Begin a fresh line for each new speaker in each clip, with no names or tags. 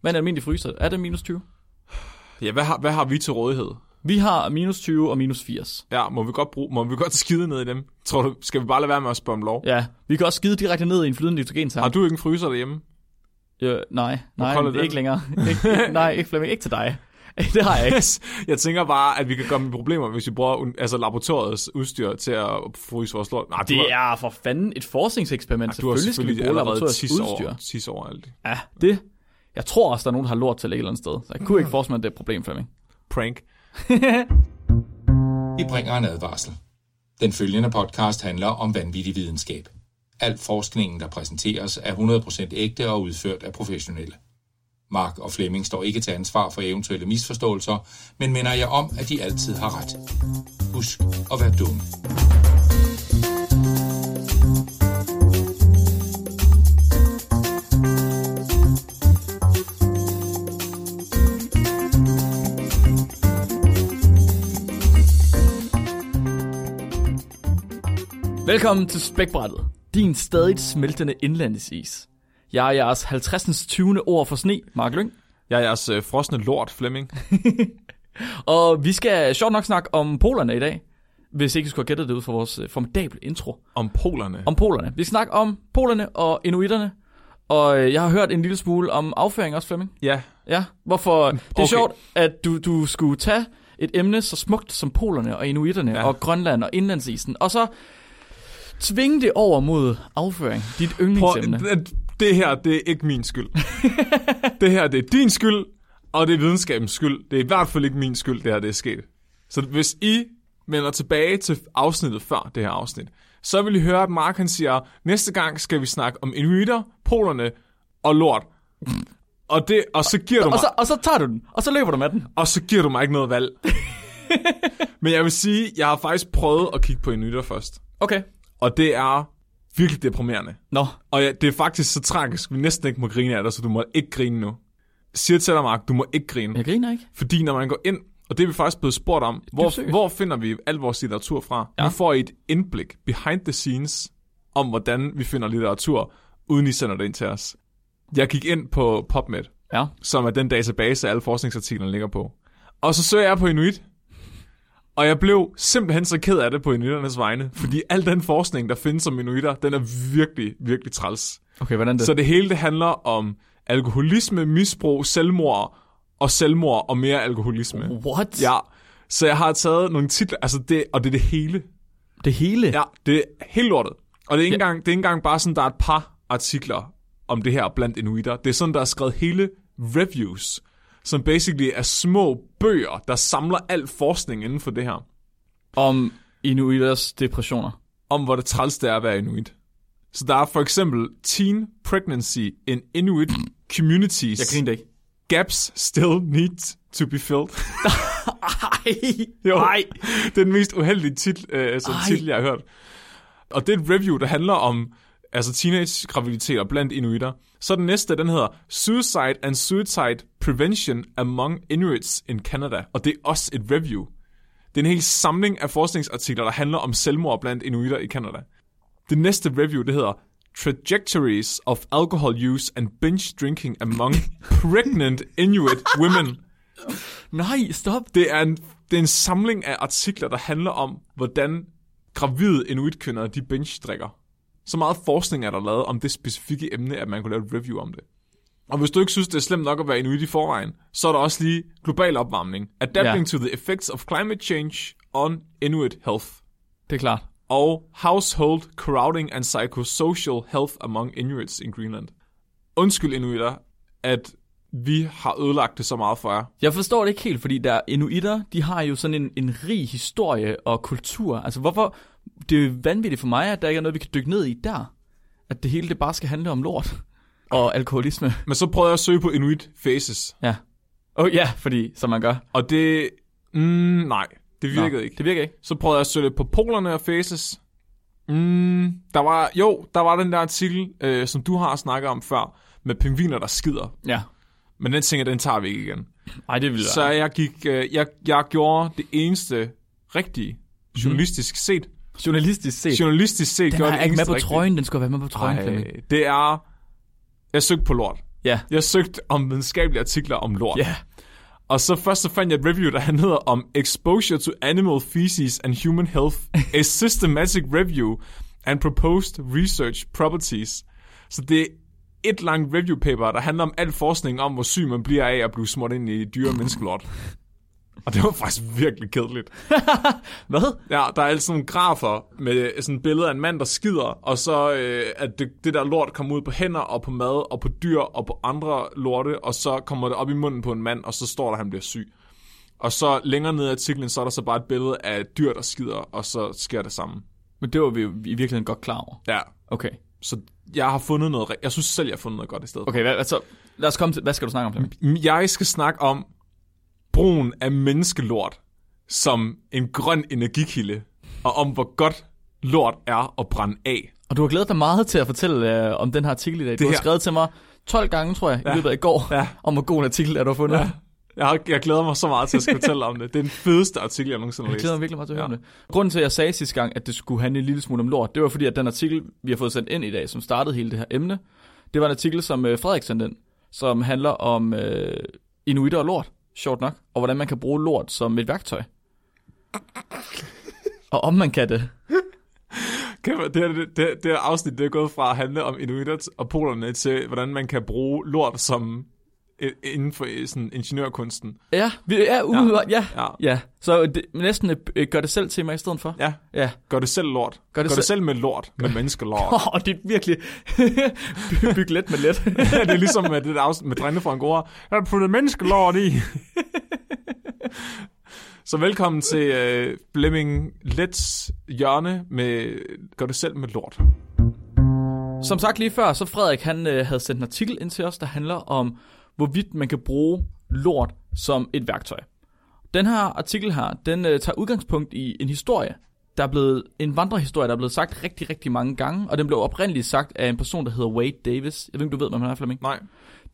Hvad er en almindelig fryser? Er det minus 20?
Ja, hvad har, hvad har vi til rådighed?
Vi har minus 20 og minus 80.
Ja, må vi godt bruge, må vi godt skide ned i dem? Tror du, skal vi bare lade være med at spørge om lov? Ja.
Ja, vi kan også skide direkte ned i en flydende nitrogentank.
Har du ikke en fryser derhjemme?
Øh, nej, nej,
kold er
det er
den?
ikke længere. Ikke, nej, ikke Flemming, ikke til dig. det har jeg ikke.
jeg tænker bare, at vi kan komme i problemer, hvis vi bruger un- altså laboratoriets udstyr til at fryse vores lort. Nej,
Det er for fanden et forskningseksperiment.
du har
selvfølgelig,
selvfølgelig
skal vi bruge
allerede
laboratoriets
tis
udstyr.
over, tis over alt.
Ja, det. Jeg tror også, der er nogen, der har lort til at ligge et eller andet sted. Så jeg kunne ikke forestille mig, at det er et problem, Flemming.
Prank.
Vi bringer en advarsel. Den følgende podcast handler om vanvittig videnskab. Al forskningen, der præsenteres, er 100% ægte og udført af professionelle. Mark og Flemming står ikke til ansvar for eventuelle misforståelser, men minder jeg om, at de altid har ret. Husk at være dumme.
Velkommen til Spækbrættet, din stadig smeltende indlandesis. Jeg er jeres 50. 20. ord for sne, Mark Lyng.
Jeg er jeres øh, frosne lort, Flemming.
Og vi skal sjovt nok snakke om polerne i dag, hvis ikke I skulle have gættet det ud fra vores øh, formidable intro.
Om polerne.
Om polerne. Vi skal snakke om polerne og inuiterne. Og øh, jeg har hørt en lille smule om afføring også, Flemming.
Ja,
Ja, hvorfor? Det er okay.
okay.
sjovt, at du, du skulle tage et emne så smukt som polerne og inuiterne ja.
Ja.
og Grønland og indlandsisen, og så tvinge det over mod afføring, dit
prøv,
yndlingsemne.
det- det her, det er ikke min skyld. det her, det er din skyld, og det er videnskabens skyld. Det er i hvert fald ikke min skyld, det her, det er sket. Så hvis I vender tilbage til afsnittet før det her afsnit, så vil I høre, at Mark han siger, næste gang skal vi snakke om inuiter, polerne og lort. Og, det, og, så giver du mig,
Og så, og så tager du den, og så løber du med den.
og så giver du mig ikke noget valg. Men jeg vil sige, jeg har faktisk prøvet at kigge på inuiter først.
Okay.
Og det er virkelig deprimerende.
Nå,
Og ja, det er faktisk så tragisk, vi næsten ikke må grine af dig, så du må ikke grine nu. Jeg Siger til dig, Mark, du må ikke grine.
jeg griner ikke.
Fordi når man går ind, og det er vi faktisk blevet spurgt om, hvor,
seriøst.
hvor finder vi al vores litteratur fra? Ja. Nu får I et indblik, behind the scenes, om hvordan vi finder litteratur, uden I sender det ind til os. Jeg gik ind på PubMed,
Ja.
som er den database, alle forskningsartiklerne ligger på. Og så søger jeg på Inuit, og jeg blev simpelthen så ked af det på Inuiternes vegne, fordi al den forskning, der findes om Inuiter, den er virkelig, virkelig træls.
Okay, hvordan det?
Så
Så...
det hele det handler om alkoholisme, misbrug, selvmord og selvmord og mere alkoholisme.
What?
Ja, så jeg har taget nogle titler, altså det, og det er det hele.
Det hele?
Ja, det er helt lortet. Og det er ikke, engang, det er ikke engang bare sådan, der er et par artikler om det her blandt inuiter. Det er sådan, der er skrevet hele reviews, som basically er små bøger, der samler al forskning inden for det her,
Om inuiters depressioner.
om hvor det træls det er at være inuit. Så der er for eksempel Teen Pregnancy in Inuit Communities.
Jeg griner ikke.
Gaps still need to be filled.
Ej,
Jo.
nej.
Det er den mest uheldige titel, øh, altså,
Ej.
titel, jeg har hørt. Og det er et review, der handler om altså teenage-graviditeter blandt inuiter. Så den næste, den hedder Suicide and Suicide Prevention Among Inuits in Canada. Og det er også et review. Det er en hel samling af forskningsartikler, der handler om selvmord blandt inuiter i Canada. Det næste review, det hedder Trajectories of Alcohol Use and Binge Drinking Among Pregnant Inuit Women.
Nej, stop.
Det er, en, det er en samling af artikler, der handler om, hvordan gravide inuitkvinder, de binge-drikker. Så meget forskning er der lavet om det specifikke emne, at man kunne lave et review om det. Og hvis du ikke synes, det er slemt nok at være inuit i forvejen, så er der også lige global opvarmning. Adapting ja. to the effects of climate change on Inuit health.
Det er klart.
Og household crowding and psychosocial health among Inuits in Greenland. Undskyld inuiter, at vi har ødelagt det så meget for jer.
Jeg forstår det ikke helt, fordi der inuitter, de har jo sådan en, en rig historie og kultur. Altså hvorfor, det er jo vanvittigt for mig, at der ikke er noget, vi kan dykke ned i der. At det hele det bare skal handle om lort og alkoholisme.
Men så prøvede jeg at søge på Inuit Faces,
Ja. Oh ja, fordi som man gør.
Og det... Mm, nej, det
Nå,
virkede Nå. ikke.
Det virker ikke.
Så prøvede jeg at søge lidt på polerne og faces. Mm, der var, jo, der var den der artikel, øh, som du har snakket om før, med pingviner, der skider.
Ja.
Men den tænker, jeg, den tager vi ikke igen.
Ej, det ville
Så jeg, gik, øh, jeg, jeg gjorde det eneste rigtige, journalistisk set.
Journalistisk set. Mhm. Den
Journalistisk set
har
gjorde
jeg
det
ikke med
eneste
på trøjen, den skulle være med på trøjen.
rigtige.
Flemming.
Ej, det er... Jeg søgte på lort.
Ja.
Jeg søgte om videnskabelige artikler om lort.
Ja.
Og så først så fandt jeg et review, der handlede om Exposure to Animal Feces and Human Health, a systematic review and proposed research properties. Så det er et langt review paper, der handler om al forskning om, hvor syg man bliver af at blive smurt ind i dyre og menneskelort. Og det var faktisk virkelig kedeligt.
Hvad?
Ja, der er altid nogle grafer med sådan et billede af en mand, der skider, og så øh, at det, det der lort kommer ud på hænder og på mad og på dyr og på andre lorte, og så kommer det op i munden på en mand, og så står der, at han bliver syg. Og så længere ned i artiklen, så er der så bare et billede af et dyr, der skider, og så sker det samme.
Men det var vi jo i virkeligheden godt klar over.
Ja,
Okay.
så jeg har fundet noget, ri- jeg synes selv, jeg har fundet noget godt i stedet.
Okay, hvad, altså, lad os komme til, hvad skal du snakke om, Flemming?
Jeg skal snakke om brugen af menneskelort som en grøn energikilde, og om hvor godt lort er at brænde af.
Og du har glædet dig meget til at fortælle øh, om den her artikel i dag. Det du har
her-
skrevet til mig 12 gange, tror jeg, ja. i løbet af i går,
Ja.
ja. om hvor god en artikel er, du har fundet. Ja.
Jeg, har, jeg glæder mig så meget til at skulle fortælle om det. Det er den fedeste artikel, jeg nogensinde har
Jeg
læst.
glæder mig virkelig meget til at høre
Ja.
ja. det. Grunden til, at jeg sagde sidste gang, at det skulle handle en lille smule om lort, det var fordi, at den artikel, vi har fået sendt ind i dag, som startede hele det her emne, det var en artikel, som øh, Frederik sendte ind, som handler om øh, inuitter og lort, sjovt nok, og hvordan man kan bruge lort som et værktøj. og om man kan det.
Kan man- Det, her- det, det, det her afsnit det er gået fra at handle om inuiter og polerne til, hvordan man kan bruge lort som i- inden for øh, sådan, ingeniørkunsten.
Ja, vi er umiddelbart, ja.
Ja.
ja. ja. Så det, næsten et, øh, gør det selv tema i stedet for.
Ja,
ja.
gør det selv lort. Gør det,
det
gør det
selv-
selv med lort, med menneskelort.
Åh, oh, det er virkelig byg let med let.
Ja, det er ligesom med det der afsnit med drengene fra Angora. Jeg har puttet menneskelort i. Så velkommen til øh, Flemming Lets hjørne med Gør det selv med lort.
Som sagt lige før, så Frederik han øh, havde sendt en artikel ind til os, der handler om, hvorvidt man kan bruge lort som et værktøj. Den her artikel her, den øh, tager udgangspunkt i en historie, der er blevet, en vandrehistorie, der er blevet sagt rigtig, rigtig mange gange, og den blev oprindeligt sagt af en person, der hedder Wade Davis. Jeg ved ikke, du ved, hvem han er, Flemming?
Nej.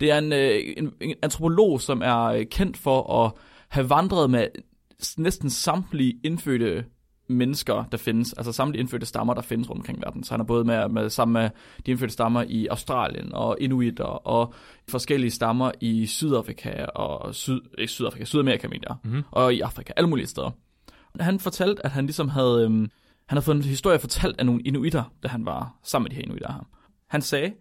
Det er en, øh, en, en antropolog, som er øh, kendt for at have vandret med s- næsten samtlige indfødte mennesker, der findes, altså samtlige indfødte stammer, der findes rundt omkring i verden. Så han er både med, med sammen med de indfødte stammer i Australien og Inuiter og forskellige stammer i Sydafrika og Syd, ikke Sydafrika, Sydamerika, mener jeg, mm-hmm. og i Afrika, alle mulige steder. Han fortalte, at han ligesom havde, øhm, han havde fået en historie fortalt af nogle inuiter, da han var sammen med de her inuiter her. Han sagde,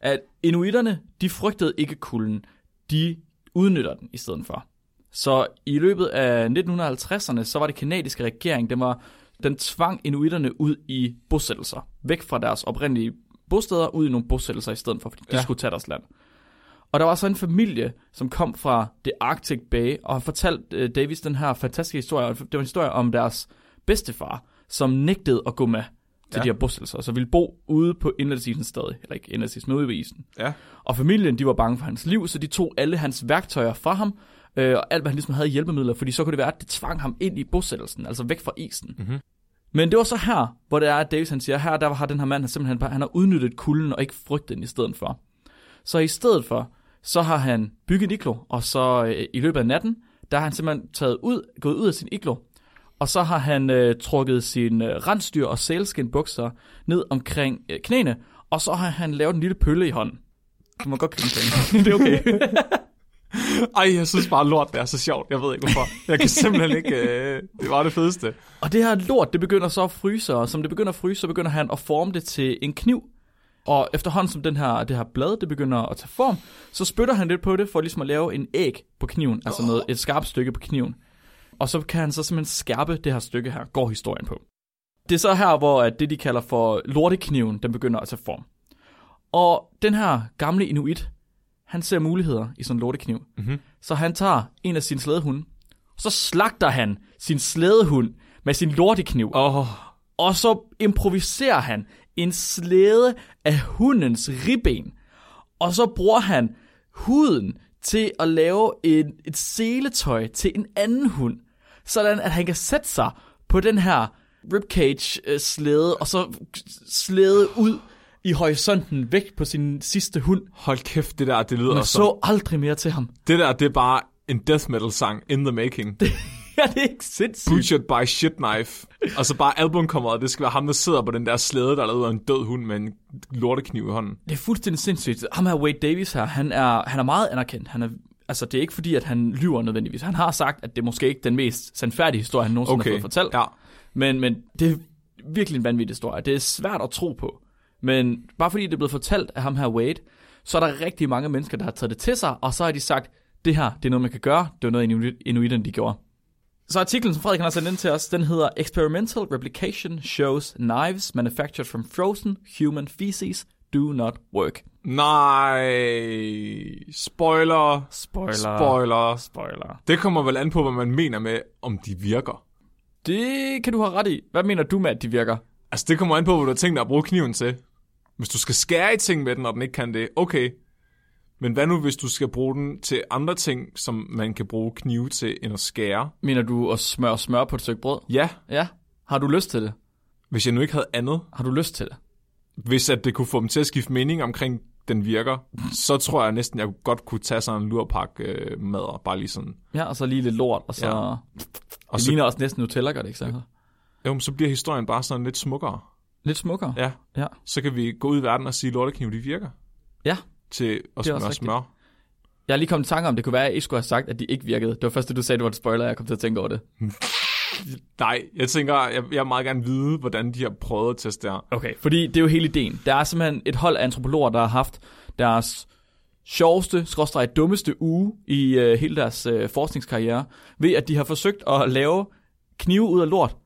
at inuiterne, de frygtede ikke kulden, de udnytter den i stedet for. Så i løbet af 1950'erne, så var det kanadiske regering, den, var, den tvang inuiterne ud i bosættelser. Væk fra deres oprindelige bosteder, ud i nogle bosættelser i stedet for, fordi de
Ja.
ja. skulle tage deres land. Og der var så en familie, som kom fra det Arctic Bay, og har fortalt øh, Davis den her fantastiske historie. Og Det var en historie om deres bedstefar, som nægtede at gå med til
Ja.
ja. de her bosættelser, så ville bo ude på indlandsisen stadig, eller ikke indlandsisen, men ude ved isen.
Ja.
Og familien, de var bange for hans liv, så de tog alle hans værktøjer fra ham, øh, og alt, hvad han ligesom havde i hjælpemidler, fordi så kunne det være, at det tvang ham ind i bosættelsen, altså væk fra isen.
Mhm.
Mm-hmm. Men det var så her, hvor det er, at Davis han siger, her der har den her mand, han simpelthen bare, han har udnyttet kulden og ikke frygtet den i stedet for. Så i stedet for, så har han bygget en iglo, og så øh, i løbet af natten, der har han simpelthen taget ud, gået ud af sin iglo, og så har han øh, trukket sin øh, rensdyr og sælskin bukser ned omkring øh, knæene, og så har han lavet en lille pølle i hånden. Du må godt grine Flemming. Det er okay.
Ej, jeg synes bare, lort det er så sjovt. Jeg ved ikke, hvorfor. Jeg kan simpelthen ikke... Øh, det var det fedeste.
og det her lort, det begynder så at fryse, og som det begynder at fryse, så begynder han at forme det til en kniv. Og efterhånden som den her, det her blad, det begynder at tage form, så spytter han lidt på det for ligesom at lave en æg på kniven, altså noget, et skarpt stykke på kniven. Og så kan han så simpelthen skærpe det her stykke her, går historien på. Det er så her, hvor at det, de kalder for lortekniven, den begynder at tage form. Og den her gamle inuit, han ser muligheder i sådan en lortekniv. Mm-hmm. Så han tager en af sine slædehunde, og så slagter han sin slædehund med sin lortekniv.
Åh, oh,
Og så improviserer han en slæde af hundens ribben. Og så bruger han huden til at lave et, et seletøj til en anden hund. Sådan at han kan sætte sig på den her ribcage-slæde, og så slæde ud i horisonten væk på sin sidste hund.
hold kæft, det der, det lyder
Man
så...
så aldrig mere til ham.
Det der, det er bare en death metal sang in the making.
ja, det er ikke sindssygt.
Butchered by shit knife. Og så bare albumkommeret, det skal være ham, der sidder på den der slæde, der er lavet af en død hund med en lortekniv i hånden.
Det er fuldstændig sindssygt. Ham her Wade Davis her, han er, han er meget anerkendt. Han er, altså, det er ikke fordi, at han lyver nødvendigvis. Han har sagt, at det er måske ikke den mest sandfærdige historie, han nogensinde har
Okay,
fået fortalt.
ja.
Men, men det er virkelig en vanvittig historie. Det er svært at tro på. Men bare fordi det er blevet fortalt af ham her Wade, så er der rigtig mange mennesker, der har taget det til sig, og så har de sagt, det her, det er noget, man kan gøre. Det var noget, inuit- inuiterne de gjorde. Så artiklen, som Frederik han har sendt ind til os, den hedder Experimental Replication Shows Knives Manufactured from Frozen Human Feces Do Not Work.
Nej. Spoiler.
Spoiler.
Spoiler.
Spoiler.
Det kommer vel an på, hvad man mener med, om de virker.
Det kan du have ret i. Hvad mener du med, at de virker?
Altså, det kommer an på, hvad du har tænkt dig at bruge kniven til. Hvis du skal skære i ting med den, og den ikke kan det, okay. Men hvad nu, hvis du skal bruge den til andre ting, som man kan bruge knive til, end at skære?
Mener du at smøre smør på et stykke brød?
Ja,
Ja. Har du lyst til det?
hvis jeg nu ikke havde andet.
Har du lyst til det?
Hvis at det kunne få dem til at skifte mening omkring, den virker, så tror jeg næsten, jeg godt kunne tage sådan en lurpakke øh, mad og bare lige sådan.
Ja, og så lige lidt lort, og så...
Ja.
Ja. Og det
så-
ligner også næsten Nutella, gør det ikke så?
Jo, men så bliver historien bare sådan lidt smukkere.
Lidt smukkere.
Ja,
Ja.
så kan vi gå ud i verden og sige, at lorteknive, de virker
ja.
til at
Det er også
smøre
rigtigt.
smør.
Jeg er lige kommet i tanke om, det kunne være, at jeg ikke skulle have sagt, at de ikke virkede. Det var først, det du sagde, det var et spoiler, jeg kom til at tænke over det.
Nej, jeg tænker, jeg, jeg vil meget gerne vide, hvordan de har prøvet at teste det her.
Okay. Fordi det er jo hele ideen. Der er simpelthen et hold af antropologer, der har haft deres sjoveste, skråstrej dummeste uge i øh, hele deres øh, forskningskarriere, ved at de har forsøgt at lave knive ud af lort,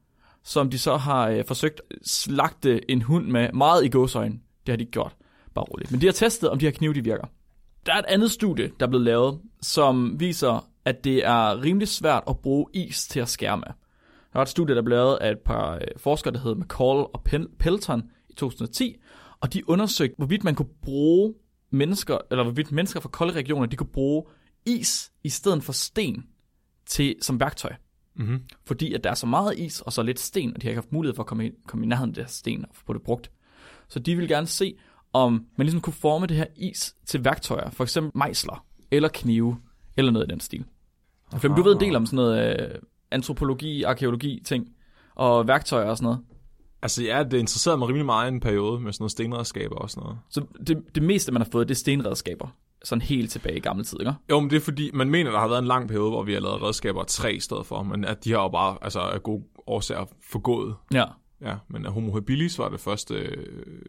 som de så har øh, forsøgt at slagte en hund med meget i gåsøjne. Det har de ikke gjort, bare roligt. Men de har testet, om de her knive de virker. Der er et andet studie, der er blevet lavet, som viser, at det er rimelig svært at bruge is til at skære med. Der var et studie, der blev lavet af et par øh, forskere, der hed McCall og Pen- Pelton i 2010, og de undersøgte, hvorvidt man kunne bruge mennesker, eller hvorvidt mennesker fra kolde regioner, de kunne bruge is i stedet for sten til, som værktøj.
Mhm.
Fordi at der er så meget is og så lidt sten, og de har ikke haft mulighed for at komme i, komme i nærheden af det her sten og få det brugt. Så de vil gerne se, om man ligesom kunne forme det her is til værktøjer, for eksempel mejsler, eller knive, eller noget i den stil. Flemming, du ved en del om sådan noget øh, antropologi, arkeologi, ting, og værktøjer og sådan noget.
Altså ja, det interesserede mig rimelig meget i en periode med sådan noget stenredskaber og sådan noget.
Så det, det meste, man har fået, det er stenredskaber. Sådan helt tilbage i gammel tid, ikke?
Jo, men det er fordi, man mener, der har været en lang periode, hvor vi har lavet redskaber af træ i stedet for, men at de har jo bare altså, af gode årsager forgået.
Ja.
Ja, men at homo habilis var det første øh,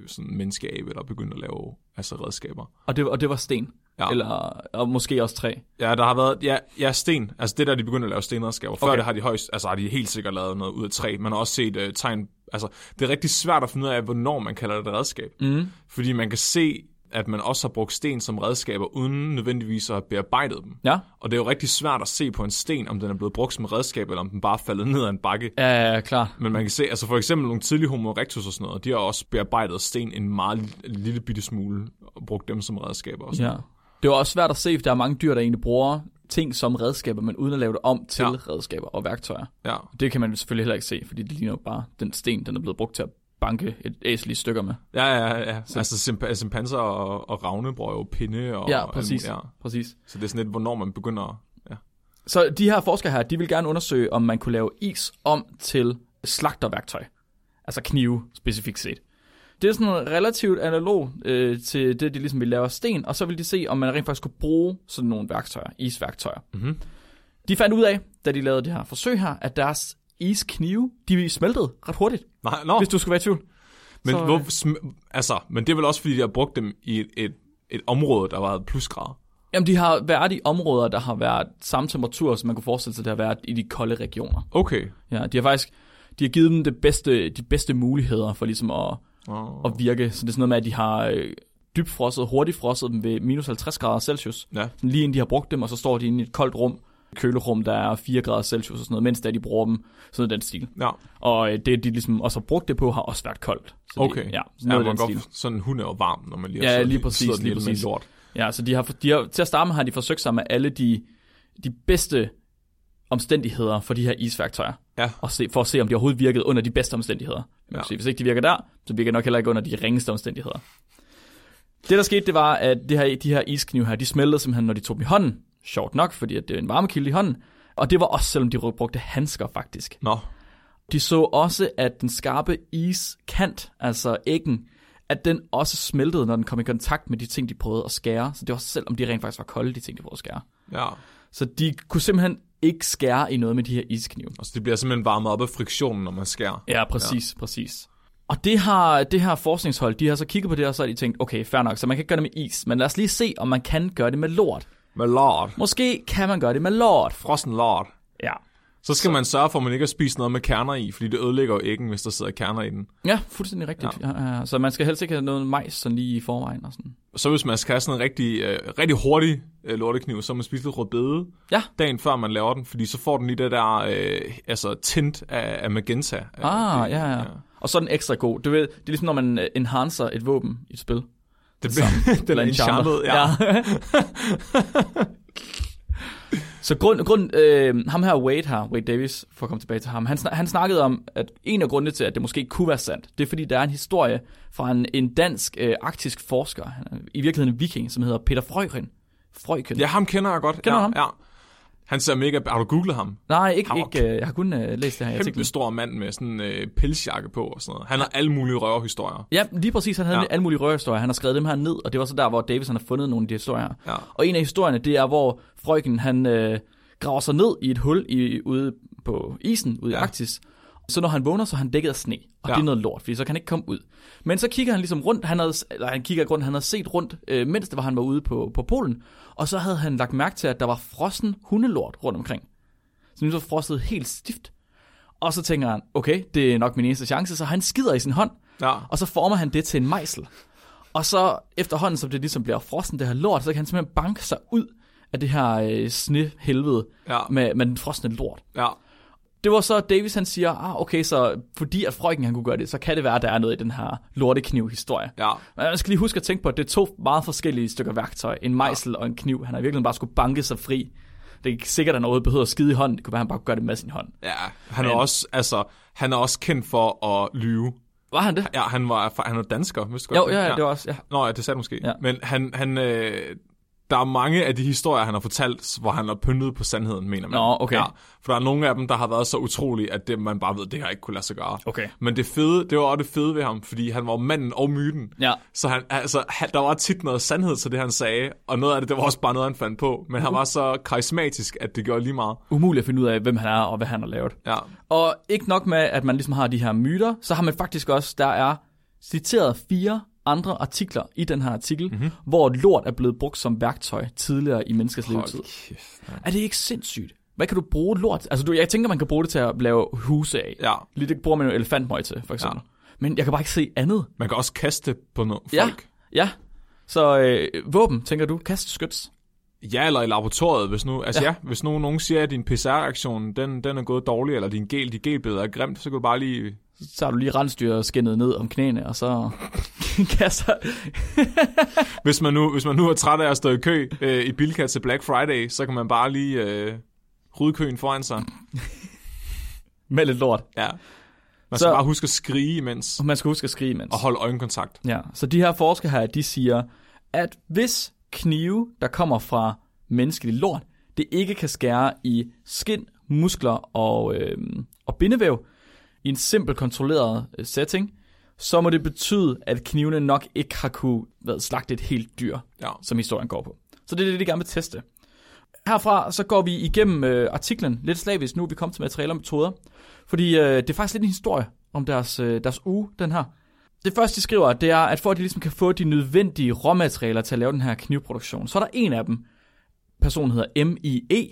sådan menneskeabe, der begyndte at lave altså, redskaber.
Og det, og det var sten.
Ja.
Eller, og måske også træ.
Ja, der har været, ja, ja sten. Altså det der, de begyndte at lave stenredskaber. Før
Okay.
okay. det har de højst, altså har de helt sikkert lavet noget ud af træ. Man har også set øh, tegn, altså det er rigtig svært at finde ud af, hvornår man kalder det et redskab. Mm. Fordi man kan se, at man også har brugt sten som redskaber, uden nødvendigvis at have bearbejdet dem.
Ja.
Og det er jo rigtig svært at se på en sten, om den er blevet brugt som redskab, eller om den bare er faldet ned ad en bakke.
Ja, klar.
Men man kan se, altså for eksempel nogle tidlige homo erectus og sådan noget, de har også bearbejdet sten en meget lille, lille bitte smule, og brugt dem som redskaber. Og sådan.
Ja. Det var også svært at se, for der er mange dyr, der egentlig bruger ting som redskaber, men uden at lave det om til ja.
Ja.
redskaber og værktøjer.
Ja.
Det kan man jo selvfølgelig heller ikke se, fordi det ligner jo bare den sten, den er blevet brugt til at banke et æsel i stykker med.
Ja, ja, ja. Så. Altså simp- chimpanser og, og ravne bruger jo pinde og
Ja,
alt
præcis.
muligt,
præcis.
Så det er sådan lidt, hvornår man begynder... Ja.
Så de her forskere her, de vil gerne undersøge, om man kunne lave is om til slagterværktøj. Altså knive, specifikt set. Det er sådan relativt analog øh, til det, de ligesom vil lave af sten, og så vil de se, om man rent faktisk kunne bruge sådan nogle værktøjer, isværktøjer.
Mhm.
De fandt ud af, da de lavede det her forsøg her, at deres isknive, de smeltede ret hurtigt,
Nej, nå,
hvis du skulle være i tvivl.
men,
så- øh,
så... hvor, sm- altså, men det er vel også, fordi de har brugt dem i et, et, et område, der var plusgrader.
Jamen, de har været i områder, der har været samme temperatur, som man kunne forestille sig, det har været i de kolde regioner.
Okay.
Ja, de har faktisk de har givet dem det bedste, de bedste muligheder for ligesom at,
Oh.
at virke. Så det er sådan noget med, at de har øh, dybfrosset, hurtigfrosset dem ved minus 50 grader Celsius.
Ja.
Sådan Lige inden de har brugt dem, og så står de inde i et koldt rum, et kølerum, der er 4 grader Celsius og sådan noget, mens da de bruger dem, sådan noget i den stil.
Ja,
Og øh, det, de ligesom også har brugt det på, har også været koldt. Så
okay.
Det, ja, sådan
ja
noget
man
ja, den
kan
stil.
godt, sådan en hund er jo varm, når man lige har
Ja,
siddet-
lige præcis,
siddet
lige
lidt med
præcis.
Lort.
Ja, så de har, de har, til at starte med har de forsøgt sig med alle de, de bedste omstændigheder for de her isværktøjer.
Ja.
Og se, for at se, om de overhovedet virkede under de bedste omstændigheder. Man kan
Ja.
sige, hvis ikke de virker der, så virker de nok heller ikke under de ringeste omstændigheder. Det, der skete, det var, at det her, de her isknive her, de smeltede simpelthen, når de tog dem i hånden. Sjovt nok, fordi at det er en varmekilde i hånden. Og det var også, selvom de brugte handsker faktisk.
Nå.
De så også, at den skarpe iskant, altså æggen, at den også smeltede, når den kom i kontakt med de ting, de prøvede at skære. Så det var selvom de rent faktisk var kolde, de ting, de prøvede at skære.
Ja.
Så de kunne simpelthen ikke skære i noget med de her isknive.
Altså, det bliver simpelthen varmet op af friktionen, når man skærer.
Ja, præcis, ja. præcis. Og det har det her forskningshold, de har så kigget på det, og så har de tænkt, okay, fair nok, så man kan ikke gøre det med is, men lad os lige se, om man kan gøre det med lort.
Med lard.
Måske kan man gøre det med lort.
Frossen lard.
Ja.
Så skal så. man sørge for, at man ikke har spist noget med kerner i, fordi det ødelægger jo æggen, hvis der sidder kerner i den.
Ja, fuldstændig rigtigt. Ja. Ja, ja. Så man skal helst ikke have noget majs sådan lige i forvejen og sådan.
Så hvis man skal have sådan en rigtig, øh, rigtig hurtig øh, lortekniv, så må man spise lidt rødbede
Ja.
dagen før man laver den, fordi så får den lige det der øh, altså tint af, af magenta. Øh,
Ah,
det-
ja, ja. Og så er den ekstra god. Du ved, det er ligesom, når man øh, enhancer et våben i et spil.
Det bliver, den er enchanted, ja. ja.
så grund, grund øh, ham her Wade her, Wade Davis, for at komme tilbage til ham, han, snak, han snakkede om, at en af grundene til, at det måske ikke kunne være sandt, det er fordi, der er en historie fra en, en dansk øh, arktisk forsker, han er i virkeligheden en viking, som hedder Peter Frøken. Frøken.
Ja, ham kender jeg godt.
Kender
ja,
du ham?
Ja. Han ser mega... Har du googlet ham?
Nej, ikke,
Hammer.
ikke øh, jeg har kun øh, læst det her
Kæmpe
artikel.
stor mand med sådan en øh, pelsjakke på og sådan noget. Han har alle mulige røverhistorier.
Ja, lige præcis, han havde
Ja.
ja. alle mulige røverhistorier, han har skrevet dem her ned, og det var så der, hvor Davis han har fundet nogle af de historier.
Ja.
Og en af historierne, det er, hvor frøken han øh, graver sig ned i et hul i, ude på isen, ude ja.
Ja.
i Arktis. Så når han vågner, så er han dækket af sne, og
Ja.
ja. det er noget lort, fordi så kan han ikke komme ud. Men så kigger han ligesom rundt, han havde, eller han kigger rundt, han havde set rundt, øh, mens det var, han var ude på, på Polen, og så havde han lagt mærke til, at der var frossen hundelort rundt omkring. Så nu så frosset helt stift. Og så tænker han, okay, det er nok min eneste chance, så han skider i sin hånd,
Ja.
og så former han det til en mejsel. Og så efterhånden, som det ligesom bliver frossen, det her lort, så kan han simpelthen banke sig ud af det her øh, snehelvede
Ja.
med, med den frosne lort.
ja.
Det var så, at Davis han siger, ah, okay, så fordi at frøken han kunne gøre det, så kan det være, at der er noget i den her lortekniv-historie.
Ja.
Men man skal lige huske at tænke på, at det er to meget forskellige stykker værktøj. En mejsel og en kniv. Han har virkelig bare skulle banke sig fri. Det er ikke sikkert, at han overhovedet behøver at skide i hånden. Det kunne være, at han bare kunne gøre det med sin hånd.
Ja, han er, også, altså, han er også kendt for at lyve.
Var han det?
Ja, han var, han var dansker, vidste du
Jo,
godt
ja, ja, det var også, ja.
Nå, ja, det sagde du måske. Ja.
Ja.
Men han, han, øh, der er mange af de historier, han har fortalt, hvor han har pyntet på sandheden, mener man.
Nå, okay.
Ja, for der er nogle af dem, der har været så utrolige, at det, man bare ved, det har ikke kunne lade sig gøre.
Okay.
Men det fede, det var også det fede ved ham, fordi han var manden og myten.
Ja.
Så han, altså, han, der var tit noget sandhed til det, han sagde, og noget af det, det var også bare noget, han fandt på. Men han var så karismatisk, at det gjorde lige meget.
Umuligt at finde ud af, hvem han er og hvad han har lavet.
Ja,
Og ikke nok med, at man ligesom har de her myter, så har man faktisk også, der er citeret fire andre artikler i den her artikel,
Mhm.
mm-hmm. hvor lort er blevet brugt som værktøj tidligere i menneskers levetid.
kæft, mand.
Er det ikke sindssygt? Hvad kan du bruge lort? Altså, du, jeg tænker, man kan bruge det til at lave huse af.
Ja.
Lige det bruger man jo elefantmøg til, for eksempel. Ja. Men jeg kan bare ikke se andet.
Man kan også kaste på no- folk.
Ja, ja. Så øh, våben, tænker du? Kast skyts.
Ja, eller i laboratoriet, hvis nu, altså ja. ja hvis nu nogen siger, at din PCR-reaktion, den, den er gået dårlig, eller din gel, de gelbilleder er grimt, så kan du bare lige...
Så tager du lige rensdyrskindet ned om knæene, og så kaster...
Hvis man nu, hvis man nu er træt af at stå i kø øh, i Bilka til Black Friday, så kan man bare lige øh, rydde køen foran sig.
Med lidt lort.
Ja. Man skal så...
Så-
bare huske at skrige imens,
Og man skal huske at skrige imens.
og holde øjenkontakt.
Ja, så de her forskere her, de siger, at hvis knive, der kommer fra menneskelig lort, det ikke kan skære i skind, muskler og, øh, og bindevæv i en simpel kontrolleret øh, setting, så må det betyde, at knivene nok ikke har kunne hvad, slagte et helt dyr,
Ja.
som historien går på. Så det er det, de gerne vil teste. Herfra så går vi igennem øh, artiklen lidt slavisk, nu er vi kommet til materialer og metoder. Fordi øh, det er faktisk lidt en historie om deres, øh, deres uge, den her. Det første, de skriver, det er, at for at de ligesom kan få de nødvendige råmaterialer til at lave den her knivproduktion, så er der en af dem, personen hedder MIE,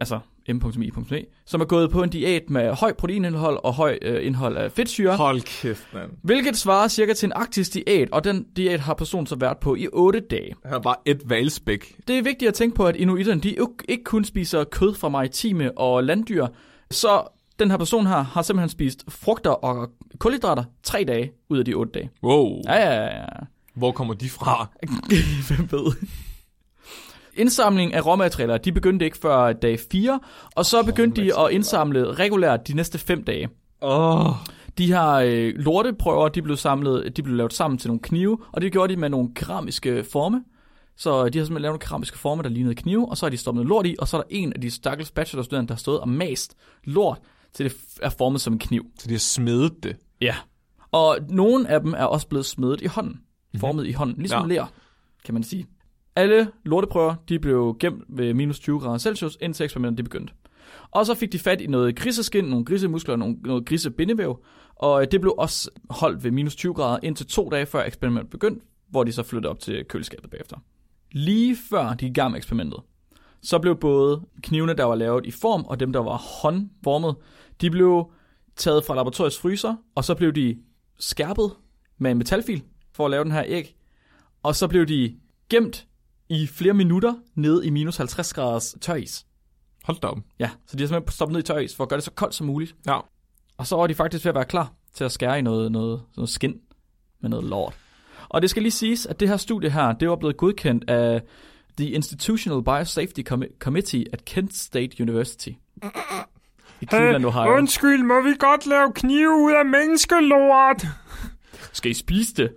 altså M.I.E, E, som er gået på en diæt med høj proteinindhold og høj øh, indhold af fedtsyre.
Hold kæft, mand.
Hvilket svarer cirka til en arktisk diæt, og den diæt har personen så været på i 8 dage.
Han er bare et valspæk.
Det er vigtigt at tænke på, at inuiterne de jo ikke kun spiser kød fra maritime og landdyr, så den her person her har simpelthen spist frugter og kulhydrater 3 dage ud af de 8 dage.
Wow.
Ja, ja, ja, ja.
Hvor kommer de fra?
Hvem ved? Indsamling af råmaterialer, de begyndte ikke før dag 4, og så begyndte de at indsamle regulært de næste 5 dage.
Åh.
De her øh, lorteprøver, de blev, samlet, de blev lavet sammen til nogle knive, og det gjorde de med nogle keramiske forme, Så de har simpelthen lavet nogle keramiske former, der lignede knive, og så har de stoppet noget lort i, og så er der en af de stakkels bachelorstuderende, der har stået og mast lort, til det f- er formet som en kniv.
Så de har smedet det.
Ja. Og nogle af dem er også blevet smedet i hånden. Mm-hmm. Formet i hånden. Ligesom ja.
Ja.
ler, kan man sige. Alle lorteprøver, de blev gemt ved minus 20 grader Celsius, indtil eksperimentet de begyndte. Og så fik de fat i noget griseskind, nogle grisemuskler og nogle, noget grisebindevæv. Og øh, det blev også holdt ved minus 20 grader indtil to dage før eksperimentet begyndte, hvor de så flyttede op til køleskabet bagefter. Lige før de gik i gang med eksperimentet, så blev både knivene, der var lavet i form, og dem, der var håndformet, de blev taget fra laboratoriets fryser, og så blev de skærpet med en metalfil for at lave den her æg. Og så blev de gemt i flere minutter nede i minus 50 graders tøris.
Hold da op.
Ja, så de har simpelthen stoppet ned i tøris for at gøre det så koldt som muligt.
Ja.
Og så var de faktisk ved at være klar til at skære i noget, noget, noget skin med noget lort. Og det skal lige siges, at det her studie her, det var blevet godkendt af The Institutional Biosafety Com- Committee at Kent State University. I Cleveland, Ohio.
undskyld, må vi godt lave knive ud af menneskelort?
Skal I spise det?